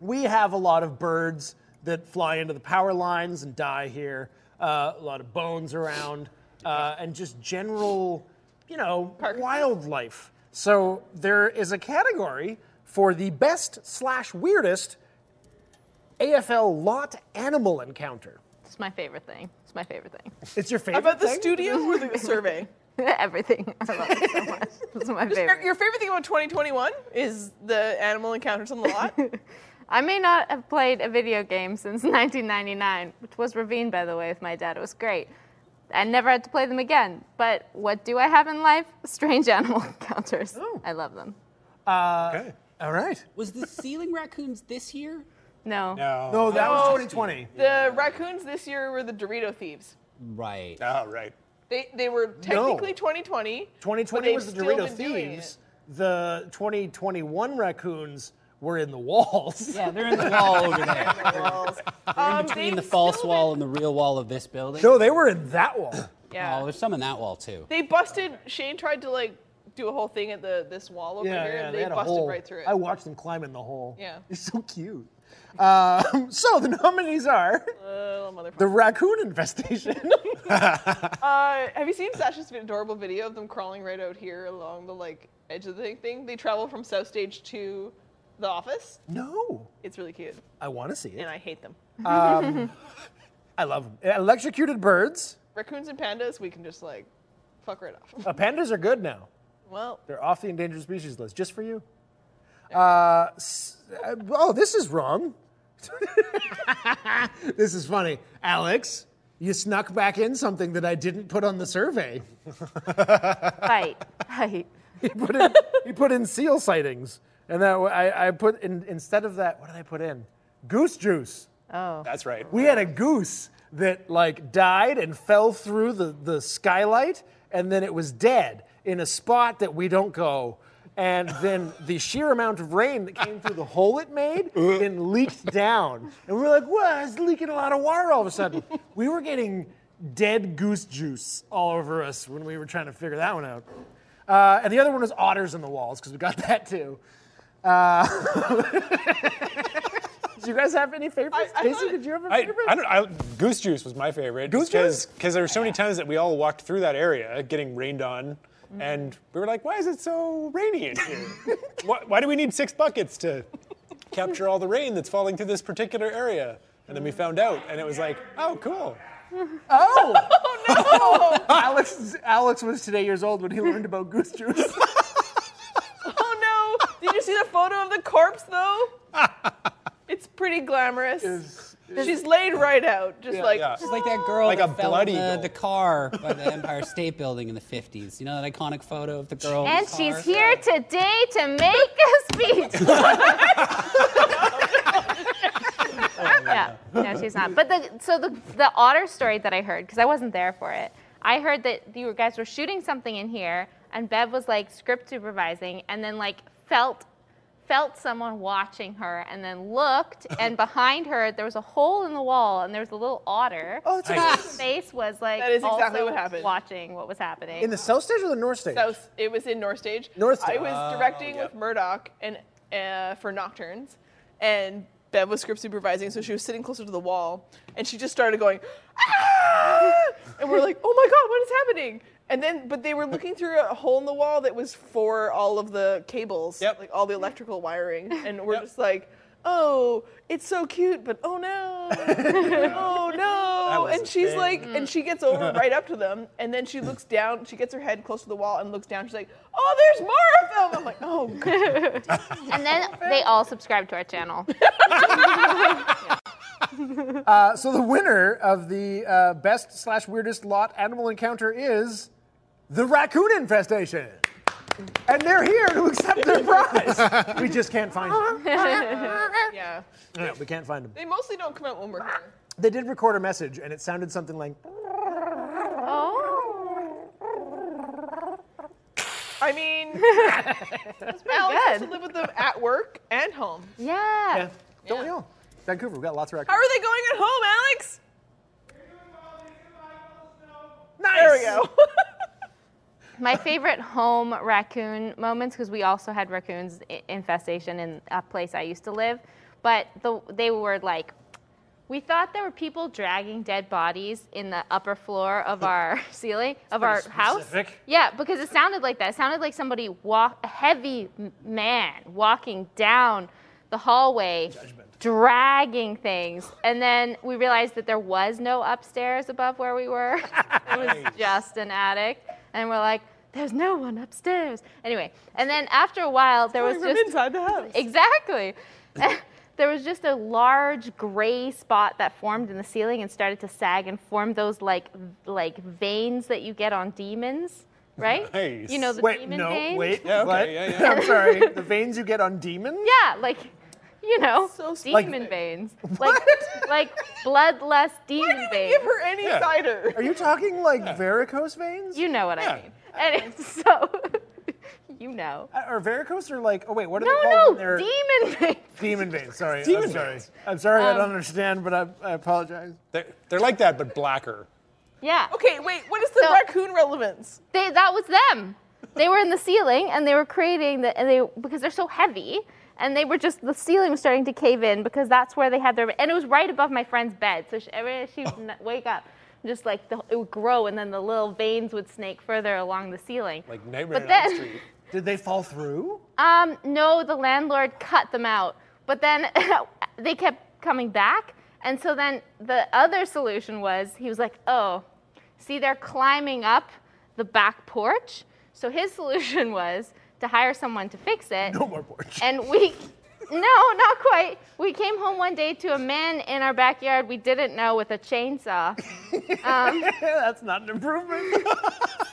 Speaker 1: we have a lot of birds that fly into the power lines and die here. Uh, a lot of bones around, uh, and just general, you know,
Speaker 4: Carcasses.
Speaker 1: wildlife. So there is a category for the best slash weirdest AFL lot animal encounter.
Speaker 3: It's my favorite thing. It's my favorite thing. [laughs]
Speaker 1: It's your favorite.
Speaker 4: How about the
Speaker 1: thing?
Speaker 4: studios or the survey?
Speaker 3: Everything. I love it so much. It's my
Speaker 4: Your
Speaker 3: favorite.
Speaker 4: your favorite thing about 2021 is the animal encounters on the lot.
Speaker 3: I may not have played a video game since [laughs] 1999, which was Ravine, by the way, with my dad. It was great. I never had to play them again. But what do I have in life? Strange [laughs] animal encounters. I love them.
Speaker 5: okay.
Speaker 1: All right.
Speaker 2: Was the ceiling raccoons this year?
Speaker 3: No.
Speaker 5: No.
Speaker 1: No, that
Speaker 4: Oh,
Speaker 1: was 2020.
Speaker 4: the raccoons this year were the Dorito thieves.
Speaker 2: Right.
Speaker 5: Oh, right.
Speaker 4: They, they were technically 2020. but
Speaker 1: 2020
Speaker 4: they've
Speaker 1: was the
Speaker 4: still
Speaker 1: Dorito
Speaker 4: been doing
Speaker 1: Thieves.
Speaker 4: it.
Speaker 1: The 2021 raccoons were in the [laughs] walls.
Speaker 2: Yeah, they're in the wall over there.
Speaker 1: [laughs]
Speaker 4: Um,
Speaker 2: Between the
Speaker 4: they've
Speaker 2: false
Speaker 4: still
Speaker 2: wall
Speaker 4: been-
Speaker 2: and the real wall of this building.
Speaker 1: No, they were in that wall.
Speaker 2: Oh,
Speaker 4: Yeah.
Speaker 2: there's some in that wall too.
Speaker 4: They busted. Shane tried to like do a whole thing at the this wall over here, and they, busted right through it.
Speaker 1: I watched them climb in the hole.
Speaker 4: Yeah.
Speaker 1: [laughs] It's so cute. Um, so the nominees are
Speaker 4: Uh, Little motherfucker.
Speaker 1: the raccoon infestation. [laughs]
Speaker 4: Uh, have you seen Sasha's adorable video of them crawling right out here along the like edge of the thing? They travel from South Stage to the office.
Speaker 1: no,
Speaker 4: It's really cute,
Speaker 1: I want to see it.
Speaker 4: and I hate them.
Speaker 1: I love 'em. Electrocuted birds.
Speaker 4: Raccoons and pandas, we can just like fuck right off.
Speaker 1: Uh, pandas are good now.
Speaker 4: well,
Speaker 1: They're off the endangered species list just for you. Uh, s- uh, oh, this is wrong. [laughs] this is funny. Alex, you snuck back in something that I didn't put on the survey. [laughs]
Speaker 3: Fight. [laughs] Fight.
Speaker 1: He put in, he put in seal sightings. And that wa- I, I put in, instead of that, what did I put in? Goose juice.
Speaker 3: Oh.
Speaker 5: That's right.
Speaker 1: We had a goose that like died and fell through the, the skylight, and then it was dead in a spot that we don't go. And then the sheer amount of rain that came through the hole it made then leaked down. And we were like, wow, it's leaking a lot of water all of a sudden. We were getting dead goose juice all over us when we were trying to figure that one out. Uh, and the other one was otters in the walls, because we got [laughs] that too. [laughs] Uh, do you guys have any favorites?
Speaker 4: I
Speaker 1: Casey,
Speaker 4: thought-
Speaker 1: did you have a
Speaker 5: I,
Speaker 1: favorite?
Speaker 5: I don't. I, goose juice was my favorite.
Speaker 1: Goose juice?
Speaker 5: Because there were so many times that we all walked through that area getting rained on, and we were like, "Why is it so rainy
Speaker 1: [laughs]
Speaker 5: in here? why, why do we need six buckets to capture all the rain that's falling through this particular area?" And then we found out, and it was like, "Oh, cool." [laughs]
Speaker 1: Oh, no! [laughs] Alex, Alex was today years old when he learned about goose juice.
Speaker 4: oh no! Did you see the photo of the corpse though? it's pretty glamorous. She's laid right out, just like
Speaker 5: yeah.
Speaker 2: It's like that girl
Speaker 5: Like
Speaker 2: that
Speaker 5: a
Speaker 2: fell
Speaker 5: bloody
Speaker 2: in the,
Speaker 5: girl.
Speaker 2: the car by the Empire State Building in the 50s. You know that iconic photo of the girl? in the
Speaker 3: And
Speaker 2: car?
Speaker 3: she's here today to make a speech. yeah, no, she's not. But the so the the otter story that I heard because I wasn't there for it. I heard that you guys were shooting something in here, and Bev was like script supervising, and then like felt felt someone watching her, and then looked, and behind her there was a hole in the wall, and there was a little otter. Oh,
Speaker 1: it's
Speaker 5: Nice.
Speaker 3: face was like
Speaker 4: That is exactly
Speaker 3: also
Speaker 4: what happened.
Speaker 3: watching what was happening.
Speaker 1: In the south stage or the north stage?
Speaker 4: South. It was in North Stage.
Speaker 1: North Stage.
Speaker 4: I
Speaker 5: Oh,
Speaker 4: was directing with Murdoch and uh, for Nocturnes, and Bev was script supervising, so she was sitting closer to the wall, and she just started going, ah! and we're like, oh my god, what is happening? And then, but they were looking through a hole in the wall that was for all of the cables,
Speaker 5: Yep.
Speaker 4: like all the electrical wiring, and we're
Speaker 5: Yep.
Speaker 4: just like. Oh, it's so cute, but oh no, [laughs] oh no!
Speaker 5: was
Speaker 4: And
Speaker 5: a
Speaker 4: she's
Speaker 5: thing.
Speaker 4: like,
Speaker 3: Mm.
Speaker 4: and she gets over right up to them, and then she looks down. She gets her head close to the wall and looks down. She's like, "Oh, there's more of them." I'm like,
Speaker 3: [laughs]
Speaker 4: "Oh, God.
Speaker 3: and then they all subscribed to our [laughs] channel.
Speaker 1: [laughs] Uh, so the winner of the uh, best slash weirdest lot animal encounter is the raccoon infestation. And they're here to accept
Speaker 5: [laughs]
Speaker 1: their prize. Uh-huh. we just can't find them.
Speaker 4: yeah."
Speaker 1: No, we can't find them.
Speaker 4: They mostly don't come out when we're here.
Speaker 1: They did record a message, and it sounded something like,
Speaker 3: Oh, [laughs]
Speaker 4: I mean, Alex has to
Speaker 3: Good.
Speaker 4: live with them at work and home.
Speaker 3: Yeah.
Speaker 1: don't we all? Vancouver, we've got lots of
Speaker 4: How
Speaker 1: raccoons.
Speaker 4: are they going at home, Alex?
Speaker 1: Nice.
Speaker 4: There we go. [laughs]
Speaker 3: My favorite home raccoon moments because we also had raccoons i- infestation in a place I used to live, but the, they were like, we thought there were people dragging dead bodies in the upper floor of our [laughs] ceiling of our house.
Speaker 1: specific.
Speaker 3: Yeah, because it sounded like that. It sounded like somebody walk a heavy m- man walking down the hallway, dragging things, and then we realized that there was no upstairs above where we were. [laughs] it was just an attic, and we're like, "There's no one upstairs." Anyway, and then after a while, there was
Speaker 4: Coming from
Speaker 3: just
Speaker 4: inside the house.
Speaker 3: Exactly. [laughs] there was just a large gray spot that formed in the ceiling and started to sag and form those like v- like veins that you get on demons, right?
Speaker 5: Nice.
Speaker 3: You know the
Speaker 1: Wait,
Speaker 3: demon
Speaker 1: no,
Speaker 3: veins.
Speaker 1: wait.
Speaker 5: Yeah, okay,
Speaker 1: what?
Speaker 5: yeah,
Speaker 1: [laughs]
Speaker 5: yeah.
Speaker 1: I'm
Speaker 5: [laughs]
Speaker 1: sorry. The veins you get on demons?
Speaker 3: Yeah, like you know,
Speaker 4: So specific.
Speaker 3: demon
Speaker 4: [laughs]
Speaker 3: veins, like like bloodless
Speaker 4: Why
Speaker 3: demon
Speaker 4: didn't we
Speaker 3: veins.
Speaker 4: give her any
Speaker 5: Yeah.
Speaker 4: cider?
Speaker 1: Are you talking like varicose veins?
Speaker 3: you know what
Speaker 5: Yeah.
Speaker 3: I mean? And [laughs] so you know.
Speaker 1: Uh, Or varicose or like, oh wait, what are
Speaker 3: No,
Speaker 1: they called?
Speaker 3: no,
Speaker 1: when they're-
Speaker 3: demon [laughs] veins.
Speaker 1: demon veins. Sorry,
Speaker 5: Demon
Speaker 1: I'm sorry.
Speaker 5: veins.
Speaker 1: I'm sorry, I don't understand, but I, I apologize.
Speaker 5: They're, they're like that, but blacker.
Speaker 3: Yeah.
Speaker 4: Okay, wait. What is the
Speaker 3: So-
Speaker 4: raccoon relevance?
Speaker 3: they that was them. They were in the ceiling and they were creating the and they because they're so heavy and they were just the ceiling was starting to cave in because that's where they had their and it was right above my friend's bed. So she, every she
Speaker 4: Oh.
Speaker 3: would n- wake up, just like the, it would grow, and then the little veins would snake further along the ceiling.
Speaker 5: Like Nightmare
Speaker 3: But
Speaker 5: on Elm
Speaker 3: then-
Speaker 5: Street.
Speaker 1: Did they fall through?
Speaker 3: Um, no, the landlord cut them out. But then [laughs] they kept coming back. And so then the other solution was he was like, oh, see, they're climbing up the back porch. So his [laughs] solution was to hire someone to fix it.
Speaker 1: No more porch.
Speaker 3: And we, no, not quite. We came home one day to a man in our backyard we didn't know with a chainsaw.
Speaker 1: [laughs] That's not an improvement.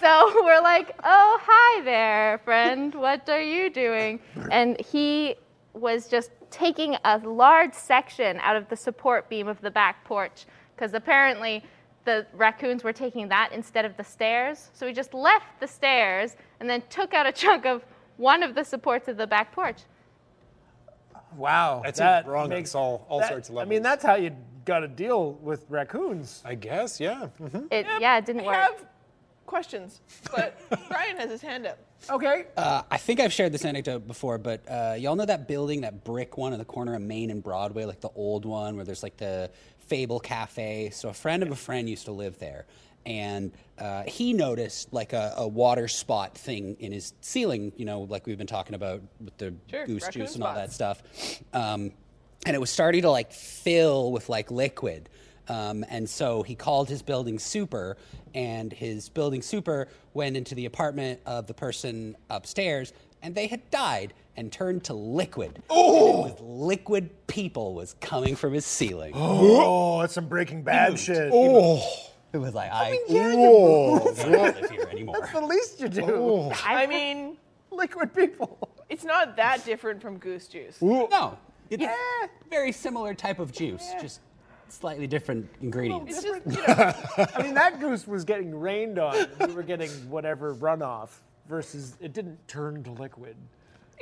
Speaker 3: So [laughs] we're like, oh, hi there, friend. What are you doing? And he was just taking a large section out of the support beam of the back porch because apparently the raccoons were taking that instead of the stairs. So he just left the stairs and then took out a chunk of one of the supports of the back porch.
Speaker 1: [laughs] wow.
Speaker 5: That seems
Speaker 1: that
Speaker 5: wrong on
Speaker 1: makes
Speaker 5: all- all
Speaker 1: that-
Speaker 5: sorts of
Speaker 1: I mean,
Speaker 5: levels.
Speaker 1: that's how you got to deal with raccoons.
Speaker 5: I guess, yeah. Mhm.
Speaker 3: It, yeah, it didn't
Speaker 4: I
Speaker 3: work.
Speaker 4: have questions, [laughs] but Brian has his hand up.
Speaker 1: Okay.
Speaker 2: Uh, I think I've shared this anecdote before, but uh, y'all know that building, that brick one on the corner of Main and Broadway, like the old one where there's like the Fable Cafe. So a friend of a friend used to live there, and uh, he noticed like a, a water spot thing in his ceiling. You know, like we've been talking about with the
Speaker 4: Sure,
Speaker 2: goose
Speaker 4: raccoon
Speaker 2: juice and all that
Speaker 4: spots.
Speaker 2: stuff. Um, and it was starting to like fill with like liquid. Um, and so he called his building super, and his building super went into the apartment of the person upstairs, and they had died and turned to liquid. Oh! liquid people was coming from his ceiling.
Speaker 1: Oh, that's some Breaking Bad shit.
Speaker 2: It was like, I,
Speaker 1: yeah, you
Speaker 5: Oh.
Speaker 2: don't wanna live here anymore.
Speaker 1: That's the least you do.
Speaker 4: I mean,
Speaker 1: [laughs] Liquid people.
Speaker 4: it's not that different from goose juice.
Speaker 2: No, it's
Speaker 1: Eh.
Speaker 2: very similar type of juice, just slightly different ingredients.
Speaker 4: It's just, you know,
Speaker 1: I mean, that goose was getting rained on. We were getting whatever runoff versus it didn't turn to liquid.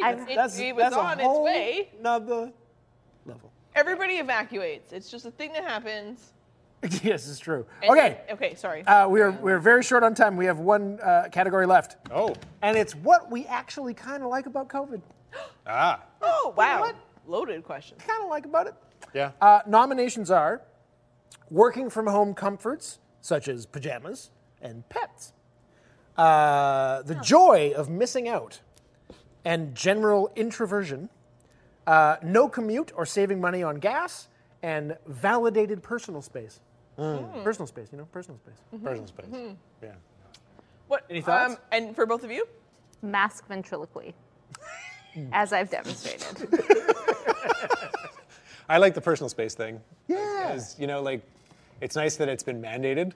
Speaker 3: I've-
Speaker 4: it, it was
Speaker 1: a
Speaker 4: on its
Speaker 1: whole
Speaker 4: way.
Speaker 1: Another level.
Speaker 4: Everybody evacuates. It's just a thing that happens.
Speaker 1: [laughs] yes, it's true.
Speaker 4: And-
Speaker 1: okay.
Speaker 4: Okay, sorry.
Speaker 1: Uh, we are we're very short on time. We have one uh, category left.
Speaker 5: Oh,
Speaker 1: And it's what we actually kind of like about COVID.
Speaker 5: ah,
Speaker 4: oh, wow.
Speaker 1: what?
Speaker 4: Loaded question.
Speaker 1: Kind of like about it.
Speaker 5: yeah.
Speaker 1: Uh, nominations are working from home comforts, such as pajamas and pets, uh, the joy of missing out, and general introversion, uh, no commute or saving money on gas, and validated personal space.
Speaker 5: Hmm.
Speaker 1: Hmm. Personal space, you know, personal
Speaker 5: [laughs]
Speaker 1: space.
Speaker 5: Personal space. Yeah.
Speaker 4: What? um,
Speaker 1: Any thoughts?
Speaker 4: and for both of you?
Speaker 3: Mask ventriloquy, as I've demonstrated.
Speaker 5: I like the personal space thing.
Speaker 1: Yeah.
Speaker 5: Because, you know, like, it's nice that it's been mandated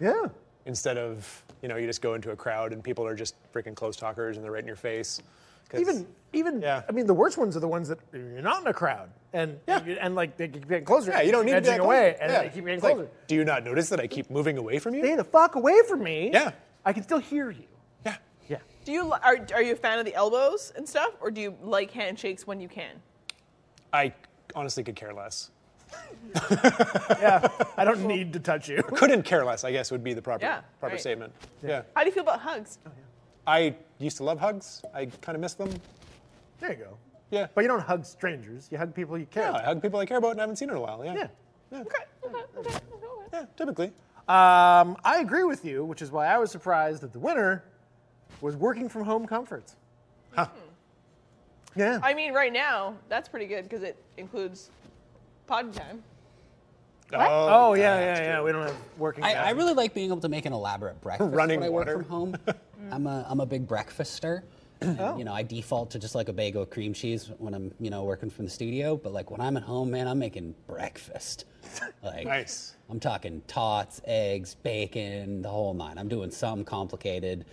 Speaker 1: Yeah.
Speaker 5: instead of, you know, you just go into a crowd and people are just freaking close talkers and they're right in your face. 'Cause-
Speaker 1: Even, even.
Speaker 5: Yeah.
Speaker 1: I mean, the worst ones are the ones that you're not in a crowd, and
Speaker 5: Yeah.
Speaker 1: you- and like they keep getting closer.
Speaker 5: yeah, you don't need to be
Speaker 1: edging
Speaker 5: that
Speaker 1: away,
Speaker 5: close.
Speaker 1: and
Speaker 5: yeah.
Speaker 1: they keep getting
Speaker 5: It's like,
Speaker 1: closer.
Speaker 5: do you not notice that I keep moving away from
Speaker 1: stay
Speaker 5: you?
Speaker 1: the fuck away from me.
Speaker 5: Yeah.
Speaker 1: I can still hear you.
Speaker 5: Yeah.
Speaker 1: Yeah.
Speaker 4: Do you li- are, are you a fan of the elbows and stuff, or do you like handshakes when you can?
Speaker 5: I honestly could care less.
Speaker 1: I don't need to touch you.
Speaker 5: Couldn't care less, I guess, would be the proper
Speaker 4: Yeah,
Speaker 5: proper
Speaker 4: right.
Speaker 5: statement. Yeah.
Speaker 4: How do you feel about hugs?
Speaker 5: I used to love hugs. I kind of miss them.
Speaker 1: There you go.
Speaker 5: Yeah.
Speaker 1: But you don't hug strangers. You hug people you care.
Speaker 5: Yeah, I
Speaker 1: about.
Speaker 5: hug people I care about and I haven't seen in a while. Yeah.
Speaker 1: Yeah.
Speaker 4: Okay, okay, okay, okay.
Speaker 5: Yeah, typically.
Speaker 1: Um, I agree with you, which is why I was surprised that the winner was working from home comforts. Huh. Yeah.
Speaker 4: I mean, right now that's pretty good because it includes pod time.
Speaker 1: oh yeah,
Speaker 5: God.
Speaker 1: yeah, yeah. We don't have working.
Speaker 2: I, I
Speaker 1: hours.
Speaker 2: really like being able to make an elaborate breakfast
Speaker 5: Running
Speaker 2: when I
Speaker 5: water.
Speaker 2: work from
Speaker 5: [laughs]
Speaker 2: home. I'm a I'm a big breakfaster. And,
Speaker 4: Oh.
Speaker 2: You know, I default to just like a bagel with cream cheese when I'm you know working from the studio. But like when I'm at home, man, I'm making
Speaker 5: [laughs]
Speaker 2: breakfast. Like,
Speaker 5: Nice.
Speaker 2: I'm talking tots, eggs, bacon, the whole nine. I'm doing something complicated.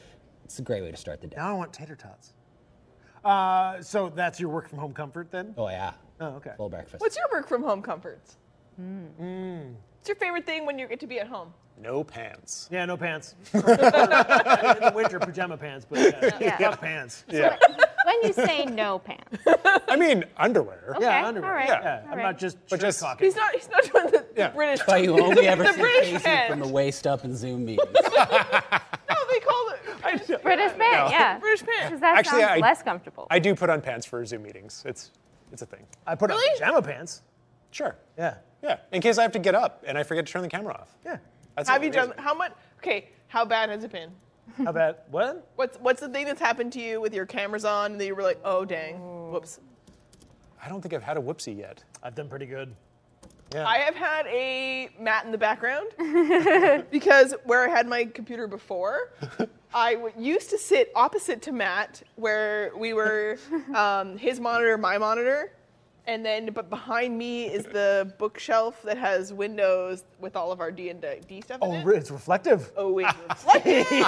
Speaker 2: It's a great way to start the day.
Speaker 1: Now I want tater tots. Uh, so that's your work from home comfort then?
Speaker 2: Oh yeah.
Speaker 1: Oh, okay.
Speaker 2: Full breakfast.
Speaker 4: What's your work from home comforts?
Speaker 2: Hmm.
Speaker 1: Hmm.
Speaker 4: What's your favorite thing when you get to be at home?
Speaker 5: No pants.
Speaker 1: Yeah, no pants. [laughs] In the winter, pajama pants, but [laughs] yeah,
Speaker 3: Yeah.
Speaker 1: fuck pants.
Speaker 5: Yeah.
Speaker 3: when you say no pants.
Speaker 5: I mean, underwear.
Speaker 1: Yeah,
Speaker 3: Okay,
Speaker 1: underwear.
Speaker 3: all right,
Speaker 1: Yeah,
Speaker 3: all
Speaker 1: I'm
Speaker 3: right.
Speaker 1: not just shirt
Speaker 5: But just-
Speaker 1: cocking.
Speaker 4: He's not. He's not doing the, the
Speaker 5: Yeah.
Speaker 4: British.
Speaker 2: Why
Speaker 4: [laughs]
Speaker 2: you only ever
Speaker 4: the
Speaker 2: see
Speaker 4: British
Speaker 2: Casey
Speaker 4: hand.
Speaker 2: from the waist up in Zoom meetings.
Speaker 4: No, [laughs] they call it I just-
Speaker 3: British pant,
Speaker 1: [laughs]
Speaker 3: yeah.
Speaker 4: British pant.
Speaker 3: Because that
Speaker 5: Actually,
Speaker 3: sounds
Speaker 5: I-
Speaker 3: less comfortable.
Speaker 5: I do put on pants for Zoom meetings. It's It's a thing.
Speaker 1: I put
Speaker 6: Really?
Speaker 1: on pajama pants.
Speaker 5: Sure.
Speaker 1: Yeah.
Speaker 5: Yeah. In case I have to get up and I forget to turn the camera off.
Speaker 1: Yeah.
Speaker 5: That's
Speaker 4: Have
Speaker 5: the
Speaker 4: you
Speaker 5: only
Speaker 4: done
Speaker 5: reason.
Speaker 4: how much? Okay, how bad has it been?
Speaker 1: How about what?
Speaker 4: What's what's the thing that's happened to you with your cameras on that you were like, oh dang, whoops.
Speaker 5: I don't think I've had a whoopsie yet.
Speaker 1: I've done pretty good.
Speaker 5: Yeah.
Speaker 4: I have had a mat in the background because where I had my computer [laughs] before, I w- used to sit opposite to Matt, where we [laughs] were um, his monitor, my monitor, and then but behind me is the bookshelf that has windows with all of our D and D stuff. in
Speaker 1: Oh,
Speaker 4: it.
Speaker 1: re- it's reflective.
Speaker 4: Oh, it's reflective. so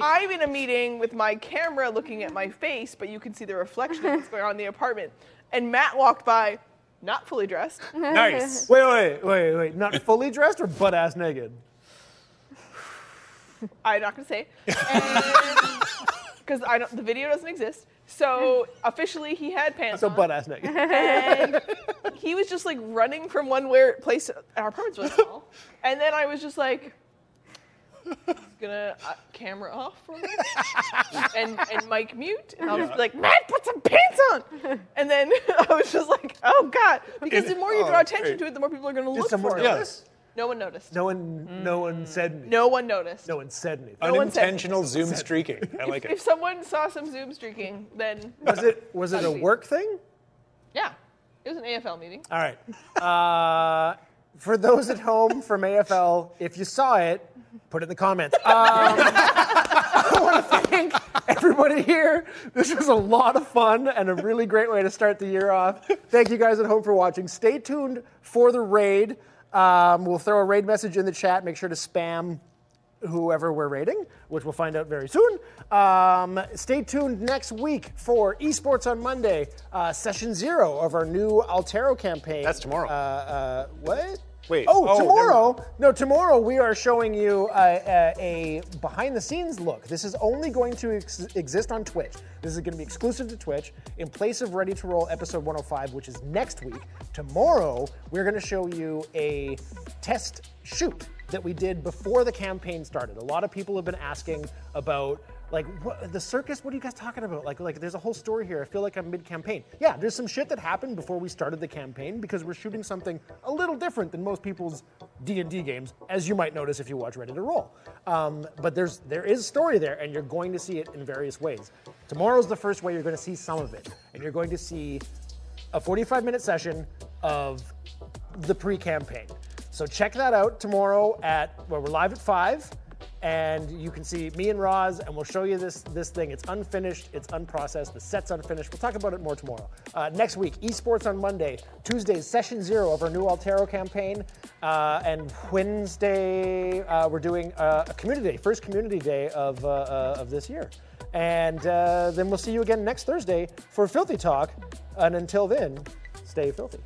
Speaker 4: I'm in a meeting with my camera looking at my face, but you can see the reflection of what's going on in the apartment. And Matt walked by, not fully dressed.
Speaker 5: nice.
Speaker 1: Wait, wait, wait, wait. [laughs] Not fully dressed or butt ass naked?
Speaker 4: I'm not gonna say because I don't. The video doesn't exist. So officially, he had pants.
Speaker 1: So
Speaker 4: on.
Speaker 1: butt ass naked.
Speaker 4: [laughs] and he was just like running from one where place. to- Our apartment's really small, [laughs] and then I was just like, "Just "Gonna uh, camera off for a [laughs] minute," and and mic mute, and I'll just be like, "Matt, put some pants [laughs] on," and then I was just like, "Oh God," because the more you draw
Speaker 5: oh,
Speaker 4: attention
Speaker 5: great.
Speaker 4: to it, the more people are gonna
Speaker 1: Did
Speaker 4: look
Speaker 1: someone
Speaker 4: for it.
Speaker 5: Yes.
Speaker 4: [laughs] No one noticed. No,
Speaker 1: No one, Mm. no Oh. one said anything.
Speaker 4: one noticed.
Speaker 1: No one said anything.
Speaker 4: No one said
Speaker 5: Unintentional zoom streaking. I
Speaker 4: [laughs]
Speaker 5: like
Speaker 4: If
Speaker 5: it.
Speaker 4: someone saw some Zoom streaking, then
Speaker 1: Was it was it a
Speaker 4: Ugly.
Speaker 1: work thing?
Speaker 4: yeah, it was an AFL meeting.
Speaker 1: All right. Uh, for those at home from AFL, if you saw it, put it in the comments. Um, [laughs] I want to thank everybody here. This was a lot of fun and a really great way to start the year off. Thank you guys at home for watching. Stay tuned for the raid. Um, we'll throw a raid message in the chat. Make sure to spam whoever we're rating, which we'll find out very soon. Um, stay tuned next week for Esports on Monday, uh, session zero of our new Altero campaign.
Speaker 5: That's tomorrow.
Speaker 1: Uh, uh, what?
Speaker 5: Wait.
Speaker 1: Oh,
Speaker 5: Oh,
Speaker 1: tomorrow. No, tomorrow we are showing you uh, a, a behind the scenes look. This is only going to ex- exist on Twitch. This is going to be exclusive to Twitch in place of Ready to Roll episode 105, which is next week. Tomorrow we're going to show you a test shoot that we did before the campaign started. A lot of people have been asking about like what, the circus. What are you guys talking about? Like, like there's a whole story here. I feel like I'm mid-campaign. Yeah, there's some shit that happened before we started the campaign because we're shooting something a little different than most people's D&D games, as you might notice if you watch Ready to Roll. Um, but there's there is story there, and you're going to see it in various ways. Tomorrow's the first way you're going to see some of it, and you're going to see a 45 minute session of the pre campaign. So check that out tomorrow at well, we're live at five, and you can see me and Roz, and we'll show you this this thing. It's unfinished, it's unprocessed, the set's unfinished. We'll talk about it more tomorrow. Uh, next week, esports on Monday, Tuesday's session zero of our new Altero campaign, uh, and Wednesday uh, we're doing uh, a community day, first community day of uh, uh, of this year. And uh, then we'll see you again next Thursday for Filthy Talk. And until then, stay filthy.